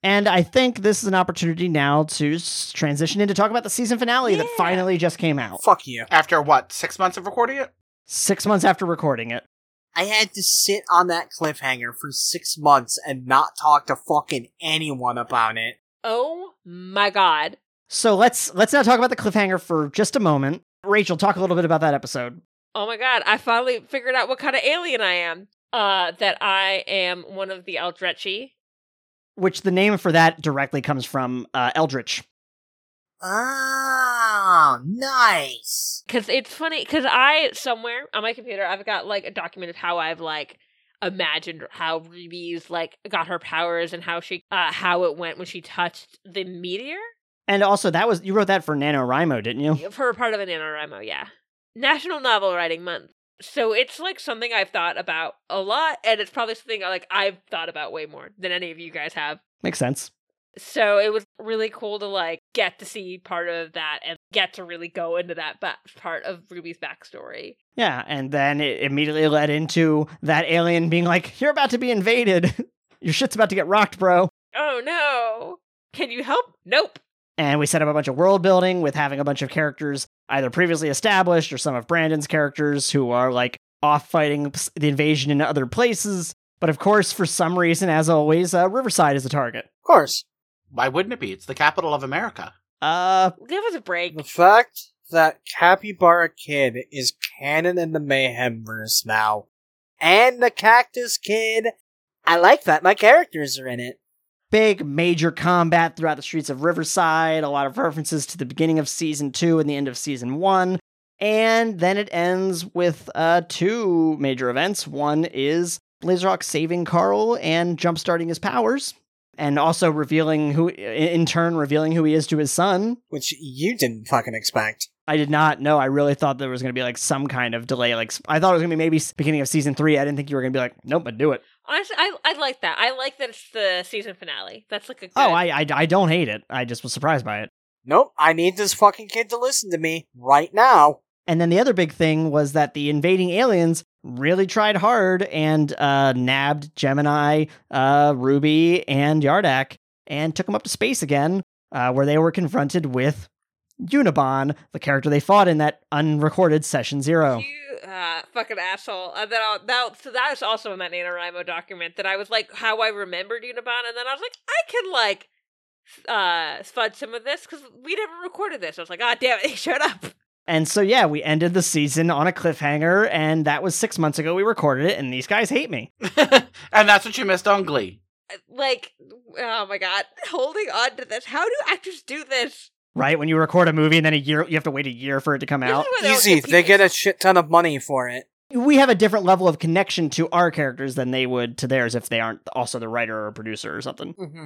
Speaker 1: And I think this is an opportunity now to s- transition into talk about the season finale that
Speaker 4: Yeah.
Speaker 1: finally just came out
Speaker 2: Fuck you.
Speaker 3: After what, six months of recording it?
Speaker 1: six months after recording it.
Speaker 2: I had to sit on that cliffhanger for six months and not talk to fucking anyone about it.
Speaker 4: Oh my god.
Speaker 1: So let's let's now talk about the cliffhanger for just a moment. Rachel, talk a little bit about that episode.
Speaker 4: Oh my god. I finally figured out what kind of alien I am. Uh, that I am one of the Eldritchi.
Speaker 1: which the name for that directly comes from uh, Eldritch.
Speaker 2: Oh, nice.
Speaker 4: Because it's funny, because I, somewhere on my computer, I've got like a document of how I've like imagined how Ruby's like got her powers and how she, uh, how it went when she touched the meteor.
Speaker 1: And also, that was you wrote that for NaNoWriMo, didn't you?
Speaker 4: for a part of an NaNoWriMo, yeah. National Novel Writing Month. So it's like something I've thought about a lot, and it's probably something like I've thought about way more than any of you guys have.
Speaker 1: Makes sense.
Speaker 4: So it was really cool to like get to see part of that and get to really go into that ba- part of Ruby's backstory.
Speaker 1: Yeah, and then it immediately led into that alien being like, "You're about to be invaded. Your shit's about to get rocked, bro."
Speaker 4: Oh no! Can you help? Nope.
Speaker 1: And we set up a bunch of world building with having a bunch of characters either previously established or some of Brandon's characters who are like off fighting ps- the invasion in other places. But of course, for some reason, as always, uh, Riverside is a target.
Speaker 2: Of course.
Speaker 3: Why wouldn't it be? It's the capital of America.
Speaker 1: Uh,
Speaker 4: Give us a break.
Speaker 2: The fact that Capybara Kid is canon in the Mayhem verse now, and the Cactus Kid, I like that my characters are in it.
Speaker 1: big major combat throughout the streets of Riverside, a lot of references to the beginning of season 2 and the end of season 1. And then it ends with uh two major events. One is Blizzrock saving Carl and jumpstarting his powers and also revealing who in turn revealing who he is to his son.
Speaker 2: Which you didn't fucking expect.
Speaker 1: I did not know. I really thought there was going to be like some kind of delay. Like I thought it was going to be maybe beginning of season 3. I didn't think you were going to be like, "Nope, but do it."
Speaker 4: Honestly, I I like that. I like that it's the season finale. That's like a good.
Speaker 1: Oh, I I, I don't hate it. I just was surprised by it.
Speaker 2: Nope, I need this fucking kid to listen to me right now.
Speaker 1: And then the other big thing was that the invading aliens really tried hard and uh, nabbed Gemini, uh, Ruby, and Yardak and took them up to space again, uh, where they were confronted with Unibon, the character they fought in that unrecorded session zero.
Speaker 4: You uh, fucking asshole. Uh, that, I'll, that, so that was also in that NaNoWriMo document that I was like, how I remembered Unibon. And then I was like, I can like uh, fudge some of this because we never recorded this. I was like, ah, damn it, he showed up.
Speaker 1: And so, yeah, we ended the season on a cliffhanger, and that was six months ago we recorded it, and these guys hate me.
Speaker 3: and that's what you missed on Glee.
Speaker 4: Uh, Like, oh my God, holding on to this. How do actors do this?
Speaker 1: Right? When you record a movie and then a year, you have to wait a year for it to come
Speaker 4: This is
Speaker 1: out.
Speaker 4: why don't
Speaker 2: Easy,
Speaker 4: get
Speaker 2: they
Speaker 4: people-
Speaker 2: get a shit ton of money for it.
Speaker 1: we have a different level of connection to our characters than they would to theirs if they aren't also the writer or producer or something.
Speaker 2: Mm-hmm.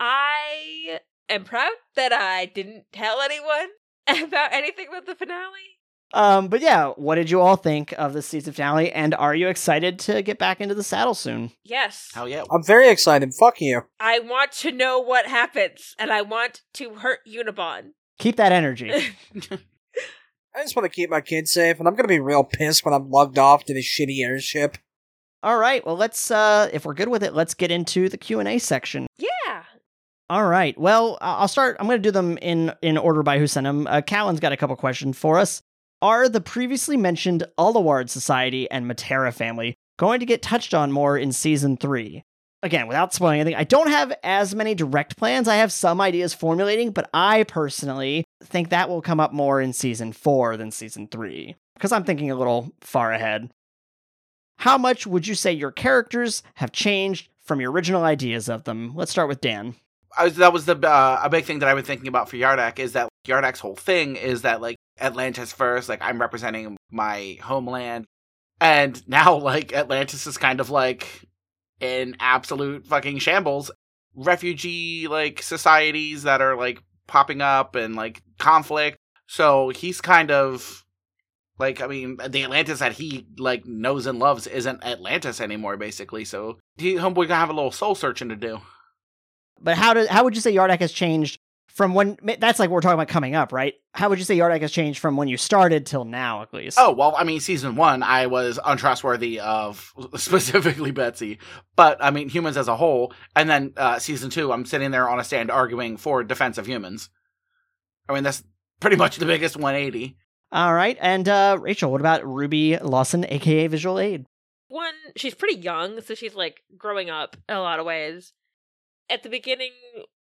Speaker 4: I am proud that I didn't tell anyone about anything about the finale.
Speaker 1: Um, but yeah, what did you all think of the season finale? And are you excited to get back into the saddle soon?
Speaker 4: Yes.
Speaker 3: Hell yeah.
Speaker 2: I'm very excited, fuck you.
Speaker 4: I want to know what happens, and I want to hurt Unibon.
Speaker 1: Keep that energy.
Speaker 2: I just want to keep my kids safe, and I'm gonna be real pissed when I'm lugged off to this shitty airship.
Speaker 1: all right, well let's uh if we're good with it, let's get into the Q&A section.
Speaker 4: Yeah.
Speaker 1: All right. Well, I- I'll start I'm going to do them in in order by who sent them. Uh, Callan's got a couple questions for us. Are the previously mentioned Ulaward Society and Matera family going to get touched on more in season three. Again, without spoiling anything, I don't have as many direct plans. I have some ideas formulating, but I personally think that will come up more in season four than season three, because I'm thinking a little far ahead. How much would you say your characters have changed from your original ideas of them? Let's start with Dan.
Speaker 3: I was, that was the uh, a big thing that I've been thinking about for Yardak is that Yardak's whole thing is that like Atlantis first, like I'm representing my homeland, and now like Atlantis is kind of like in absolute fucking shambles. Refugee like societies that are like popping up and like conflict. So he's kind of like I mean the Atlantis that he like knows and loves isn't Atlantis anymore basically. So he homeboy gonna have a little soul searching to do.
Speaker 1: But how does how would you say Yardak has changed from when ma- that's like we're talking about coming up, right? How would you say Yardak has changed from when you started till now, at least?
Speaker 3: Oh, well, I mean, season one, I was untrustworthy of specifically Betsy, but I mean, humans as a whole. And then uh, season two, I'm sitting there on a stand arguing for defense of humans. I mean, that's pretty much the biggest 180.
Speaker 1: All right, and uh, Rachel, what about Ruby Lawson, aka Visual Aid?
Speaker 4: one she's pretty young so she's like growing up in a lot of ways at the beginning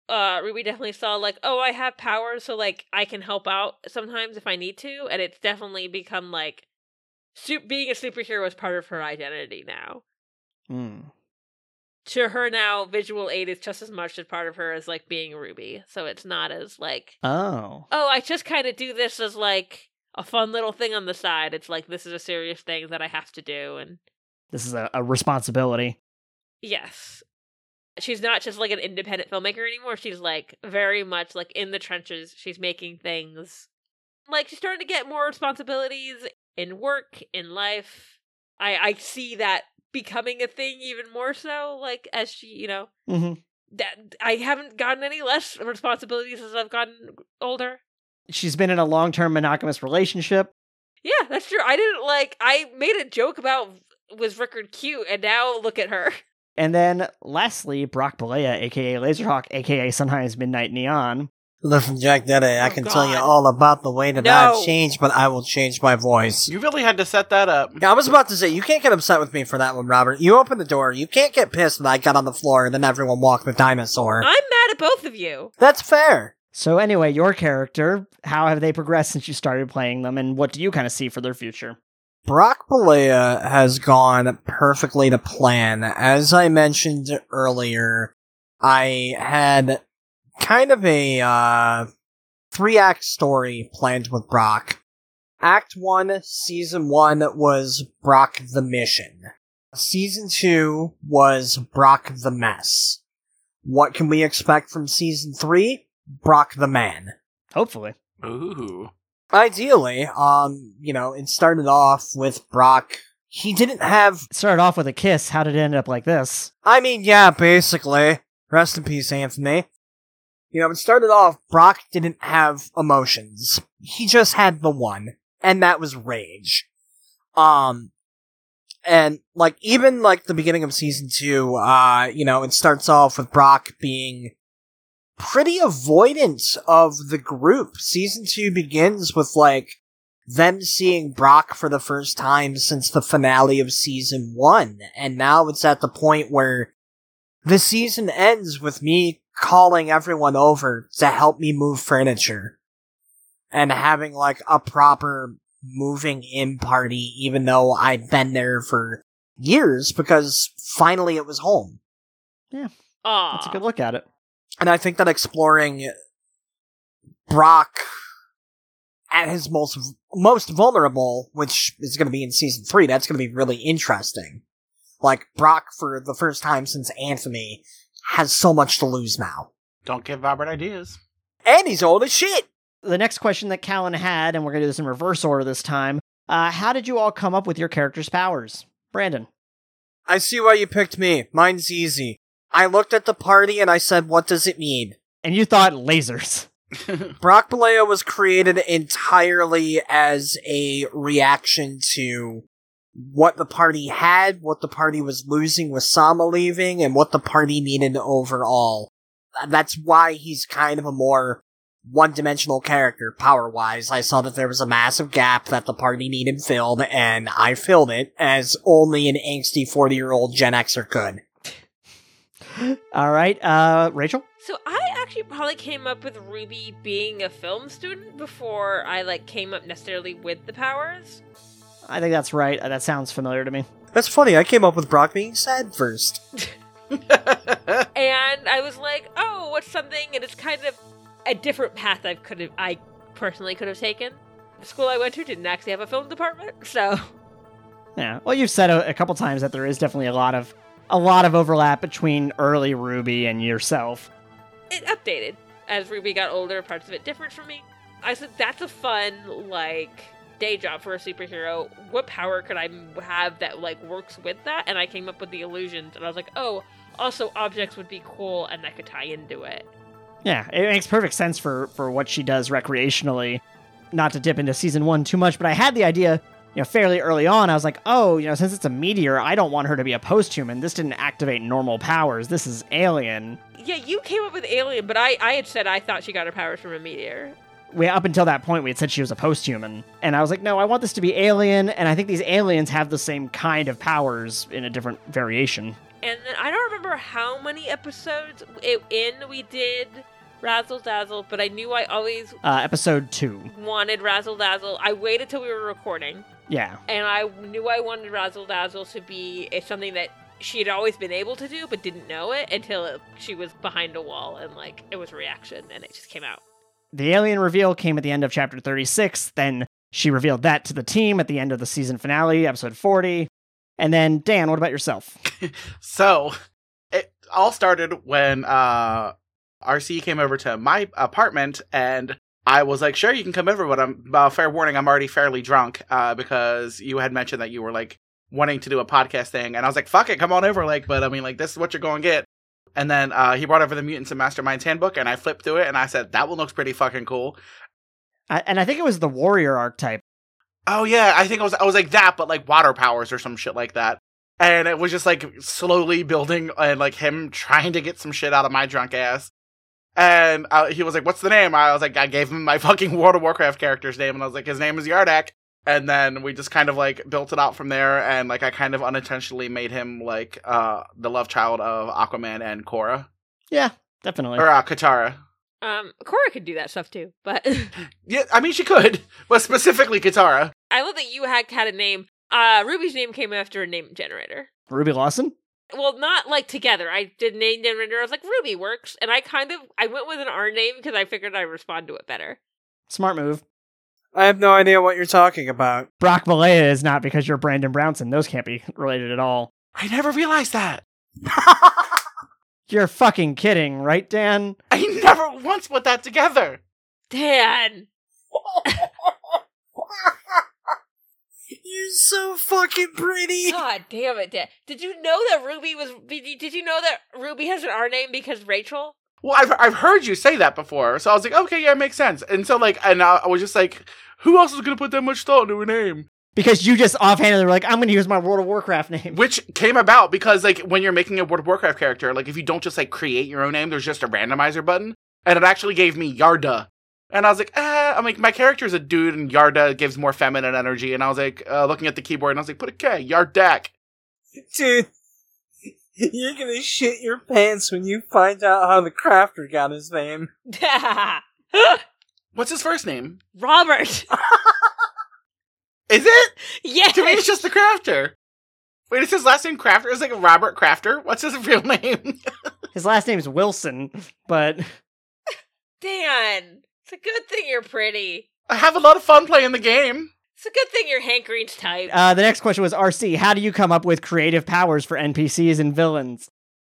Speaker 4: uh ruby definitely saw like oh i have powers so like i can help out sometimes if i need to and it's definitely become like su- being a superhero is part of her identity now
Speaker 1: Hmm.
Speaker 4: to her now visual aid is just as much a part of her as like being ruby so it's not as like
Speaker 1: Oh,
Speaker 4: oh i just kind of do this as like a fun little thing on the side it's like this is a serious thing that i have to do and
Speaker 1: this is a, a responsibility.
Speaker 4: Yes. She's not just like an independent filmmaker anymore. She's like very much like in the trenches. She's making things. Like she's starting to get more responsibilities in work, in life. I I see that becoming a thing even more so like as she, you know,
Speaker 1: hmm
Speaker 4: that I haven't gotten any less responsibilities as I've gotten older.
Speaker 1: She's been in a long term monogamous relationship.
Speaker 4: Yeah, that's true. I didn't like I made a joke about was Rickard cute and now look at her.
Speaker 1: And then lastly, Brock Balea, aka Laserhawk, aka sometimes Midnight Neon.
Speaker 2: Listen, Jack Daddy, I
Speaker 4: Oh,
Speaker 2: can tell you
Speaker 4: God.
Speaker 2: all about the way that
Speaker 4: No.
Speaker 2: I've changed, but I will change my voice.
Speaker 3: You really had to set that up.
Speaker 2: Yeah, I was about to say, you can't get upset with me for that one, Robert. You opened the door, you can't get pissed that I got on the floor and then everyone walked the dinosaur.
Speaker 4: I'm mad at both of you.
Speaker 2: That's fair.
Speaker 1: So anyway, your character, how have they progressed since you started playing them, and what do you kind of see for their future?
Speaker 2: Brock Balea has gone perfectly to plan. As I mentioned earlier, I had kind of a uh, three act story planned with Brock. Act 1, Season 1 was Brock the Mission. Season 2 was Brock the Mess. What can we expect from Season 3? Brock the Man
Speaker 1: Hopefully.
Speaker 3: Ooh.
Speaker 2: ideally, um, you know, it started off with Brock. He didn't have.
Speaker 1: It started off with a kiss. How did it end up like this?
Speaker 2: I mean, yeah, basically. Rest in peace, Anthony. You know, it started off. Brock didn't have emotions. He just had the one, and that was rage. Um, and like even like the beginning of season two, uh, you know, it starts off with Brock being pretty avoidant of the group. Season two begins with like them seeing Brock for the first time since the finale of season one. And now it's at the point where the season ends with me calling everyone over to help me move furniture and having like a proper moving in party, even though I've been there for years because finally it was home.
Speaker 4: Aw.
Speaker 1: That's a good look at it.
Speaker 2: And I think that exploring Brock at his most most vulnerable, which is going to be in season three, that's going to be really interesting. Like Brock, for the first time since Anthony, has so much to lose now,
Speaker 3: Don't give Robert ideas.
Speaker 2: and he's old as shit.
Speaker 1: The next question that Callan had, and we're going to do this in reverse order this time uh, how did you all come up with your character's powers? Brandon.
Speaker 2: I see why you picked me. Mine's easy. I looked at the party and I said, "What does it mean?"
Speaker 1: And you thought lasers.
Speaker 2: Brock Balea was created entirely as a reaction to what the party had, what the party was losing with Sama leaving, and what the party needed overall. That's why he's kind of a more one dimensional character, power wise. I saw that there was a massive gap that the party needed filled, and I filled it as only an angsty 40 year old Gen Xer could.
Speaker 1: All right, uh, Rachel?
Speaker 4: So I actually probably came up with Ruby being a film student before I like came up necessarily with the powers.
Speaker 1: I think that's right. Uh, That sounds familiar to me.
Speaker 2: That's funny, I came up with Brock being sad first.
Speaker 4: And I was like, "Oh, what's something?" And it's kind of a different path I could have I personally could have taken. The school I went to didn't actually have a film department, so
Speaker 1: Yeah. Well, you've said a, a couple times that there is definitely a lot of a lot of overlap between early Ruby and yourself.
Speaker 4: it updated as Ruby got older. Parts of it different from me. I said, "That's a fun like day job for a superhero. What power could I m- have that like works with that?" And I came up with the illusions, and I was like, "Oh, Also, objects would be cool, and that could tie into it.
Speaker 1: Yeah, it makes perfect sense for for what she does recreationally. Not to dip into season one too much, but I had the idea, you know, fairly early on. I was like, oh, you know, since it's a meteor, I don't want her to be a post-human. This didn't activate normal powers. This is alien.
Speaker 4: Yeah, you came up with alien, but I, I had said I thought she got her powers from a meteor.
Speaker 1: We up until that point, we had said she was a post-human, and I was like, no, I want this to be alien. And I think these aliens have the same kind of powers in a different variation.
Speaker 4: And then I don't remember how many episodes it, in we did Razzle Dazzle, but I knew I always
Speaker 1: Uh, episode two.
Speaker 4: wanted Razzle Dazzle. I waited till we were recording,
Speaker 1: Yeah,
Speaker 4: and I knew I wanted Razzle Dazzle to be it's something that she had always been able to do, but didn't know it until it, she was behind a wall and like it was a reaction, and it just came out.
Speaker 1: the alien reveal came at the end of chapter 36. Then she revealed that to the team at the end of the season finale, episode 40. And then, Dan, what about yourself?
Speaker 3: So it all started when uh RC came over to my apartment and I was like, sure, you can come over, but I'm uh, fair warning, I'm already fairly drunk uh, because you had mentioned that you were like wanting to do a podcast thing, and I was like, fuck it, come on over, like, but I mean, like, this is what you're going to get. And then uh, he brought over the Mutants and Masterminds handbook, and I flipped through it, and I said, that one looks pretty fucking cool.
Speaker 1: I, and I think it was the warrior archetype.
Speaker 3: Oh yeah, I think I was I was like that, but like water powers or some shit like that. And it was just like slowly building and like him trying to get some shit out of my drunk ass. And uh, he was like, "What's the name?" I was like, "I gave him my fucking World of Warcraft character's name," and I was like, "His name is Yardak." And then we just kind of like built it out from there, and like I kind of unintentionally made him like uh the love child of Aquaman and Korra
Speaker 1: Yeah, definitely.
Speaker 3: or uh, Katara.
Speaker 4: Um, Cora could do that stuff too, but
Speaker 3: Yeah, I mean she could, but specifically Katara.
Speaker 4: I love that you had had a name. Uh, Ruby's name came after a name generator.
Speaker 1: Ruby Lawson?
Speaker 4: Well, not like together. I did name generator. I was like, Ruby works, and I kind of I went with an R name because I figured I respond to it better.
Speaker 1: Smart move.
Speaker 2: I have no idea what you're talking about.
Speaker 1: Brock Malaya is not because you're Brandon Brownson. Those can't be related at all.
Speaker 3: I never realized that.
Speaker 1: You're fucking kidding, right, Dan?
Speaker 3: I never once put that together.
Speaker 4: Dan,
Speaker 2: you're so fucking pretty.
Speaker 4: God damn it, Dan! Did you know that Ruby was? Did you, did you know that Ruby has an R name because Rachel?
Speaker 3: Well, I've I've heard you say that before, so I was like, okay, yeah, it makes sense. And so like, and I, I was just like, who else is gonna put that much thought into a name?
Speaker 1: Because you just offhandedly were like, I'm going to use my World of Warcraft name.
Speaker 3: Which came about because like when you're making a World of Warcraft character, like if you don't just like create your own name, there's just a randomizer button, and it actually gave me Yarda. And I was like, ah, I'm like, my character's a dude, and Yarda gives more feminine energy. And I was like, uh, looking at the keyboard, and I was like, put a K, Yardak.
Speaker 2: Dude, you're gonna shit your pants when you find out how the crafter got his name.
Speaker 3: What's his first name?
Speaker 4: Robert,
Speaker 3: Is it?
Speaker 4: yes,
Speaker 3: To me, it's just the crafter. Wait, is his last name Crafter? It's like Robert Crafter. What's his real name?
Speaker 1: His last name's Wilson, but
Speaker 4: Dan. It's a good thing you're pretty.
Speaker 3: I have a lot of fun playing the game.
Speaker 4: It's a good thing you're Hank Green's type.
Speaker 1: uh, the next question was RC, how do you come up with creative powers for NPCs and villains?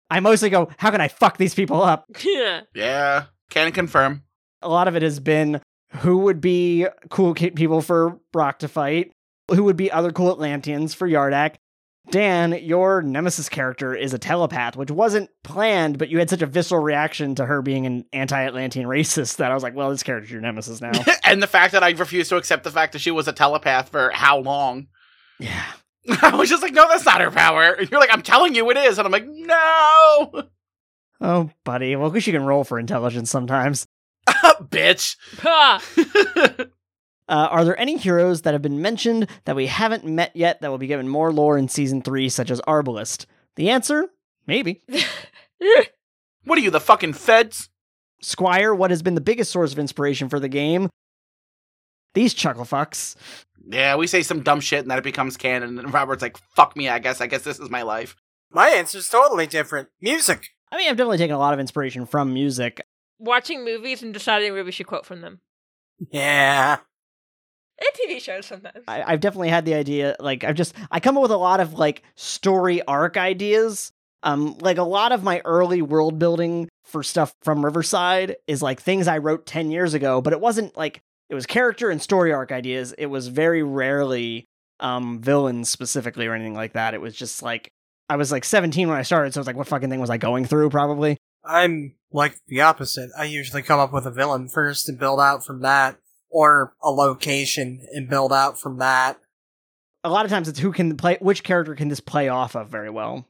Speaker 1: I mostly go, how can I fuck these people up?
Speaker 3: Yeah, can confirm.
Speaker 1: a lot of it has been who would be cool ki- people for Brock to fight, who would be other cool Atlanteans for Yardak. Dan, your nemesis character is a telepath, which wasn't planned, but you had such a visceral reaction to her being an anti-Atlantean racist that I was like, well, this character's your nemesis now.
Speaker 3: and the fact that I refused to accept the fact that she was a telepath for how long?
Speaker 1: yeah.
Speaker 3: I was just like, no, that's not her power. And you're like, I'm telling you it is. And I'm like, no,
Speaker 1: Oh, buddy. Well, at least you can roll for intelligence sometimes.
Speaker 3: bitch.
Speaker 4: Huh.
Speaker 1: Uh, are there any heroes that have been mentioned that we haven't met yet that will be given more lore in season three, such as Arbalest? The answer? Maybe.
Speaker 3: what are you, the fucking feds?
Speaker 1: Squire, what has been the biggest source of inspiration for the game? These chuckle fucks.
Speaker 3: Yeah, we say some dumb shit and then it becomes canon. And Robert's like, fuck me, I guess. I guess this is my life.
Speaker 2: My answer's totally different. Music.
Speaker 1: I mean, I've definitely taken a lot of inspiration from music.
Speaker 4: Watching movies and deciding Ruby should quote from them.
Speaker 2: Yeah.
Speaker 4: And TV shows sometimes.
Speaker 1: I, I've definitely had the idea, like, I've just, I come up with a lot of, like, story arc ideas. Um, like, a lot of my early world building for stuff from Riverside is, like, things I wrote 10 years ago, but it wasn't, like, it was character and story arc ideas. It was very rarely, um, villains specifically or anything like that. It was just, like, I was like 17 when I started, so it's like, what fucking thing was I going through? Probably.
Speaker 2: I'm like the opposite. I usually come up with a villain first and build out from that, or a location and build out from that.
Speaker 1: A lot of times, it's who can play, which character can this play off of very well.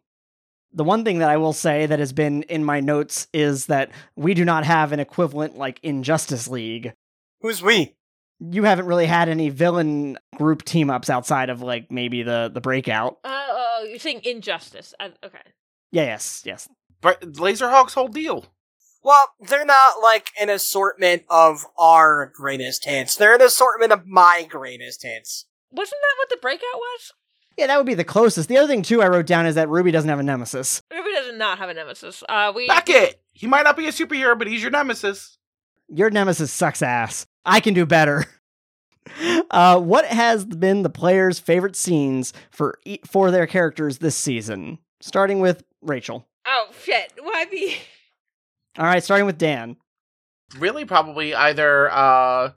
Speaker 1: The one thing that I will say that has been in my notes is that we do not have an equivalent like Injustice League.
Speaker 2: Who's we?
Speaker 1: You haven't really had any villain group team ups outside of like maybe the the breakout.
Speaker 4: Uh, oh, you're saying injustice. I, okay.
Speaker 1: Yeah, yes, yes.
Speaker 3: But Laserhawk's whole deal.
Speaker 2: Well, they're not like an assortment of our greatest hits. They're an assortment of my greatest hits.
Speaker 4: Wasn't that what the breakout was?
Speaker 1: Yeah, that would be the closest. The other thing too I wrote down is that Ruby doesn't have a nemesis.
Speaker 4: Ruby does not have a nemesis. Uh, we
Speaker 3: Beckett! He might not be a superhero, but he's your nemesis.
Speaker 1: Your nemesis sucks ass. I can do better. Uh, what has been the players' favorite scenes for e- for their characters this season? Starting with Rachel.
Speaker 4: Oh shit! Why be?
Speaker 1: All right, starting with Dan.
Speaker 3: Really, probably either uh,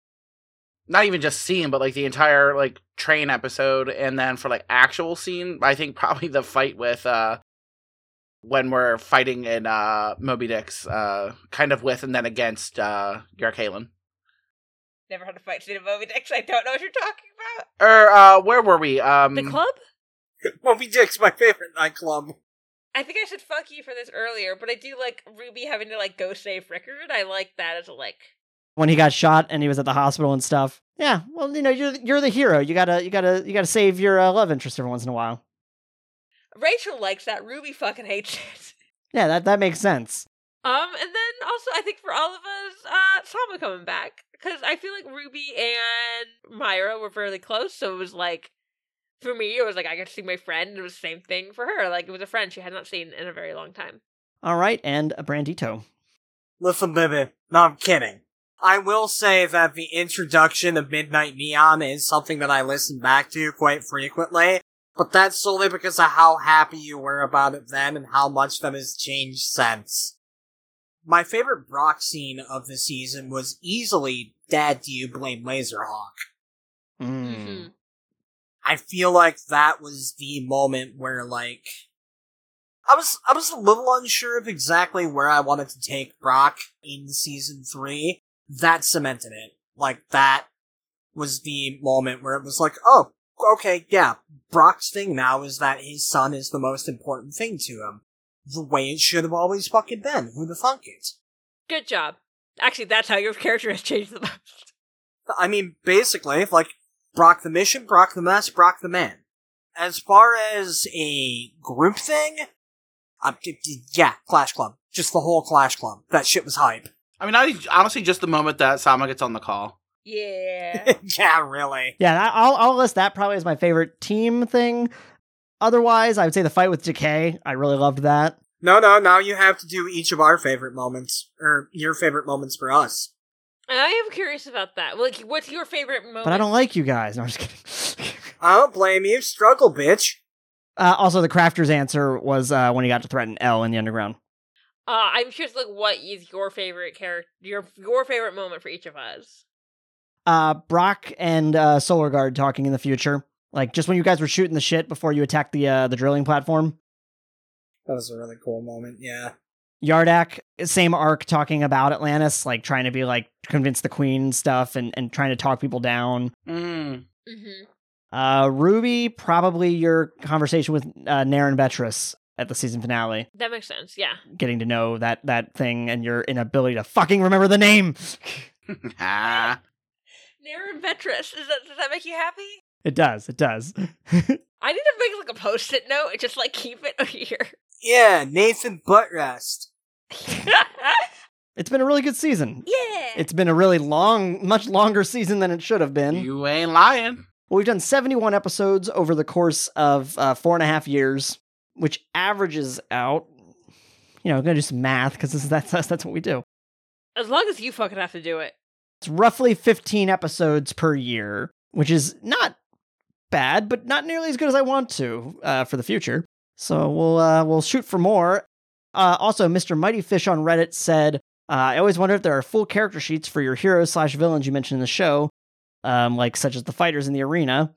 Speaker 3: not even just scene, but like the entire like train episode, and then for like actual scene, I think probably the fight with uh, when we're fighting in uh Moby Dick's uh, kind of with and then against uh Yarkalen.
Speaker 4: Never had a fight scene in Moby Dick, so I don't know what you're talking about.
Speaker 3: Or uh, where were we? Um,
Speaker 4: The club?
Speaker 2: Moby Dick's my favorite nightclub.
Speaker 4: I think I said fuck you for this earlier, but I do like Ruby having to like go save Rickard. I like that as a like.
Speaker 1: When he got shot and he was at the hospital and stuff. Yeah, well, you know, you're you're the hero. You gotta you gotta you gotta save your uh, love interest every once in a while.
Speaker 4: Rachel likes that. Ruby fucking hates it.
Speaker 1: Yeah, that that makes sense.
Speaker 4: Um, and then also I think for all of us, uh, Sama coming back because I feel like Ruby and Myra were fairly close, so it was like for me it was like I got to see my friend. And it was the same thing for her. Like it was a friend she had not seen in a very long time.
Speaker 1: All right, and a Brandito.
Speaker 2: Listen, baby. No, I'm kidding. I will say that the introduction of Midnight Neon is something that I listen back to quite frequently, but that's solely because of how happy you were about it then and how much that has changed since. My favorite Brock scene of the season was easily Dad, do you blame Laserhawk?
Speaker 4: Mm-hmm.
Speaker 1: Mm.
Speaker 2: I feel like that was the moment where like I was I was a little unsure of exactly where I wanted to take Brock in season three. That cemented it. Like that was the moment where it was like, oh, okay, yeah. Brock's thing now is that his son is the most important thing to him. The way it should have always fucking been. Who the fuck it?
Speaker 4: Good job. Actually, that's how your character has changed the most.
Speaker 2: I mean, basically, if, like, Brock the mission, Brock the mess, Brock the man. As far as a group thing, um, d- d- yeah, Clash Club. Just the whole Clash Club. That shit was hype.
Speaker 3: I mean, I, honestly, just the moment that Sama gets on the call.
Speaker 4: Yeah.
Speaker 2: yeah, really.
Speaker 1: Yeah, I- I'll I'll list that probably as my favorite team thing. Otherwise, I would say the fight with Decay. I really loved that.
Speaker 2: No, no, now you have to do each of our favorite moments, or your favorite moments for us.
Speaker 4: And I am curious about that. Like, what's your favorite moment?
Speaker 1: But I don't like you guys. No, I'm just kidding.
Speaker 2: I don't blame you. Struggle, bitch.
Speaker 1: Uh, also, the crafter's answer was uh, when he got to threaten L in the underground.
Speaker 4: Uh, I'm curious, like, what is your favorite character? Your your favorite moment for each of us?
Speaker 1: Uh, Brock and uh, Solar Guard talking in the future, like just when you guys were shooting the shit before you attacked the uh, the drilling platform.
Speaker 2: That was a really cool moment, yeah.
Speaker 1: Yardak, same arc, talking about Atlantis, like trying to be like convince the queen and stuff, and and trying to talk people down.
Speaker 3: Mm.
Speaker 4: Mm-hmm.
Speaker 1: Uh, Ruby, probably your conversation with uh, Naren Betrus at the season finale,
Speaker 4: That makes sense. Yeah.
Speaker 1: getting to know that that thing and your inability to fucking remember the name.
Speaker 3: Ah.
Speaker 4: Naren Vetris. Does that does that make you happy?
Speaker 1: It does. It does.
Speaker 4: I need to make like a post-it note and just like keep it here.
Speaker 2: Yeah, Nathan Buttrest.
Speaker 1: It's been a really good season.
Speaker 4: yeah.
Speaker 1: It's been a really long, much longer season than it should have been.
Speaker 3: you ain't lying.
Speaker 1: Well, we've done 71 episodes over the course of uh, four and a half years, which averages out. You know, I'm gonna do some math because that's us. That's what we do.
Speaker 4: as long as you fucking have to do it.
Speaker 1: It's roughly 15 episodes per year, which is not bad, but not nearly as good as I want to uh, for the future. So we'll uh, we'll shoot for more. Uh, also, Mr. Mighty Fish on Reddit said, uh, "I always wonder if there are full character sheets for your heroes slash villains you mentioned in the show, um, like such as the fighters in the arena.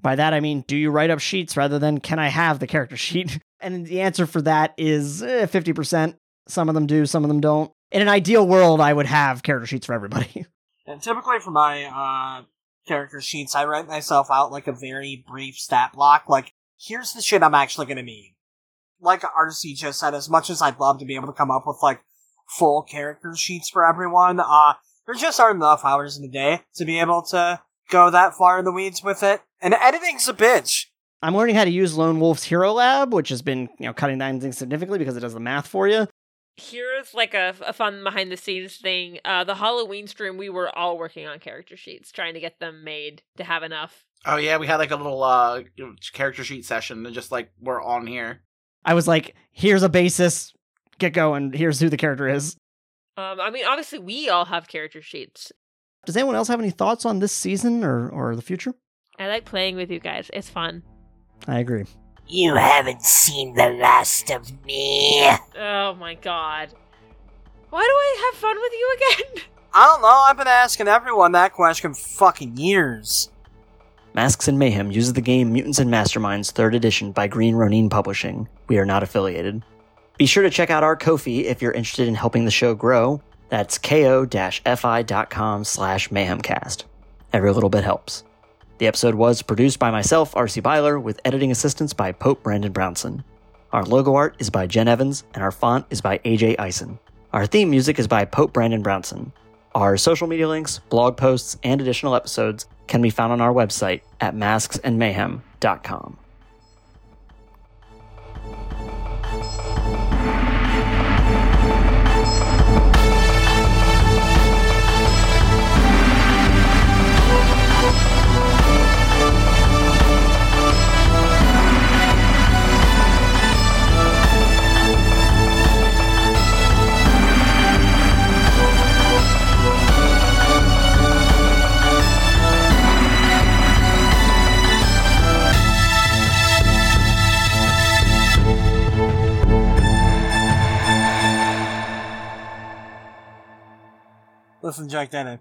Speaker 1: By that I mean, do you write up sheets rather than can I have the character sheet? And the answer for that is eh, 50%. Some of them do, some of them don't. In an ideal world, I would have character sheets for everybody.
Speaker 2: And typically for my uh, character sheets, I write myself out like a very brief stat block. Like, here's the shit I'm actually going to need. Like RC just said, as much as I'd love to be able to come up with like full character sheets for everyone, uh, there just aren't enough hours in the day to be able to go that far in the weeds with it. And editing's a bitch.
Speaker 1: I'm learning how to use Lone Wolf's Hero Lab, which has been, you know, cutting down things significantly because it does the math for you.
Speaker 4: Here's like a, a fun behind the scenes thing. Uh, the Halloween stream, we were all working on character sheets, trying to get them made to have enough.
Speaker 3: Oh yeah, we had like a little uh you know, character sheet session and just like we're on here.
Speaker 1: I was like, here's a basis, get going, here's who the character is.
Speaker 4: Um, I mean, obviously, we all have character sheets.
Speaker 1: Does anyone else have any thoughts on this season or, or the future?
Speaker 4: I like playing with you guys. It's fun.
Speaker 1: I agree.
Speaker 5: You haven't seen the last of me.
Speaker 4: Oh my god. Why do I have fun with you again?
Speaker 2: I don't know, I've been asking everyone that question for fucking years.
Speaker 1: Masks and Mayhem uses the game Mutants and Masterminds 3rd Edition by Green Ronin Publishing. We are not affiliated. Be sure to check out our Ko-fi if you're interested in helping the show grow. That's ko-fi.com slash mayhemcast. Every little bit helps. The episode was produced by myself, RC Byler, with editing assistance by Pope Brandon Brownson. Our logo art is by Jen Evans, and our font is by AJ Eisen. Our theme music is by Pope Brandon Brownson. Our social media links, blog posts, and additional episodes can be found on our website at masksandmayhem.com.
Speaker 2: Listen, Jack Denny.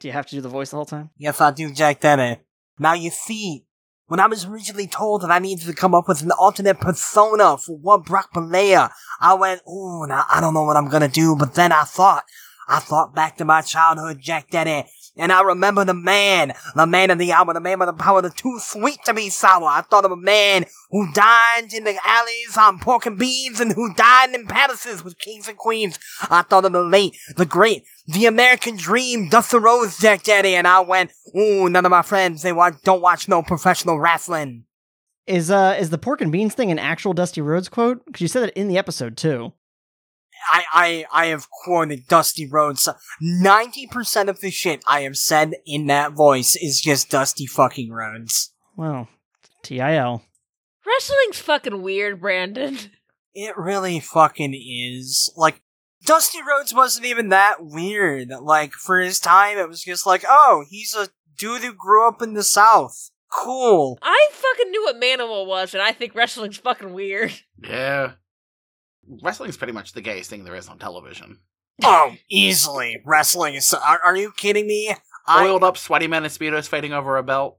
Speaker 1: Do you have to do the voice the whole time?
Speaker 2: Yes, I do, Jack Denny. Now you see, when I was originally told that I needed to come up with an alternate persona for one Brock Balea, I went, ooh, now I don't know what I'm gonna do, but then I thought, I thought back to my childhood, Jack Denny, and I remember the man, the man of the hour, the man with the power, the too sweet to be sour. I thought of a man who dined in the alleys on pork and beans and who dined in palaces with kings and queens. I thought of the late, the great, the American dream, Dustin Rose, Jack Daddy, and I went, ooh, none of my friends, they wa- don't watch no professional wrestling.
Speaker 1: Is uh is the pork and beans thing an actual Dusty Rhodes quote? Because you said that in the episode too.
Speaker 2: I, I, I have quoted Dusty Rhodes. 90% of the shit I have said in that voice is just Dusty fucking Rhodes.
Speaker 1: Well, TIL.
Speaker 4: Wrestling's fucking weird, Brandon.
Speaker 2: It really fucking is. Like, Dusty Rhodes wasn't even that weird. Like, for his time, it was just like, oh, he's a dude who grew up in the South. Cool.
Speaker 4: I fucking knew what Manimal was, and I think wrestling's fucking weird.
Speaker 3: Yeah. Wrestling's pretty much the gayest thing there is on television.
Speaker 2: Oh, easily. Wrestling is. Are, are you kidding me? I-
Speaker 3: Oiled up, sweaty men in speedos fighting over a belt.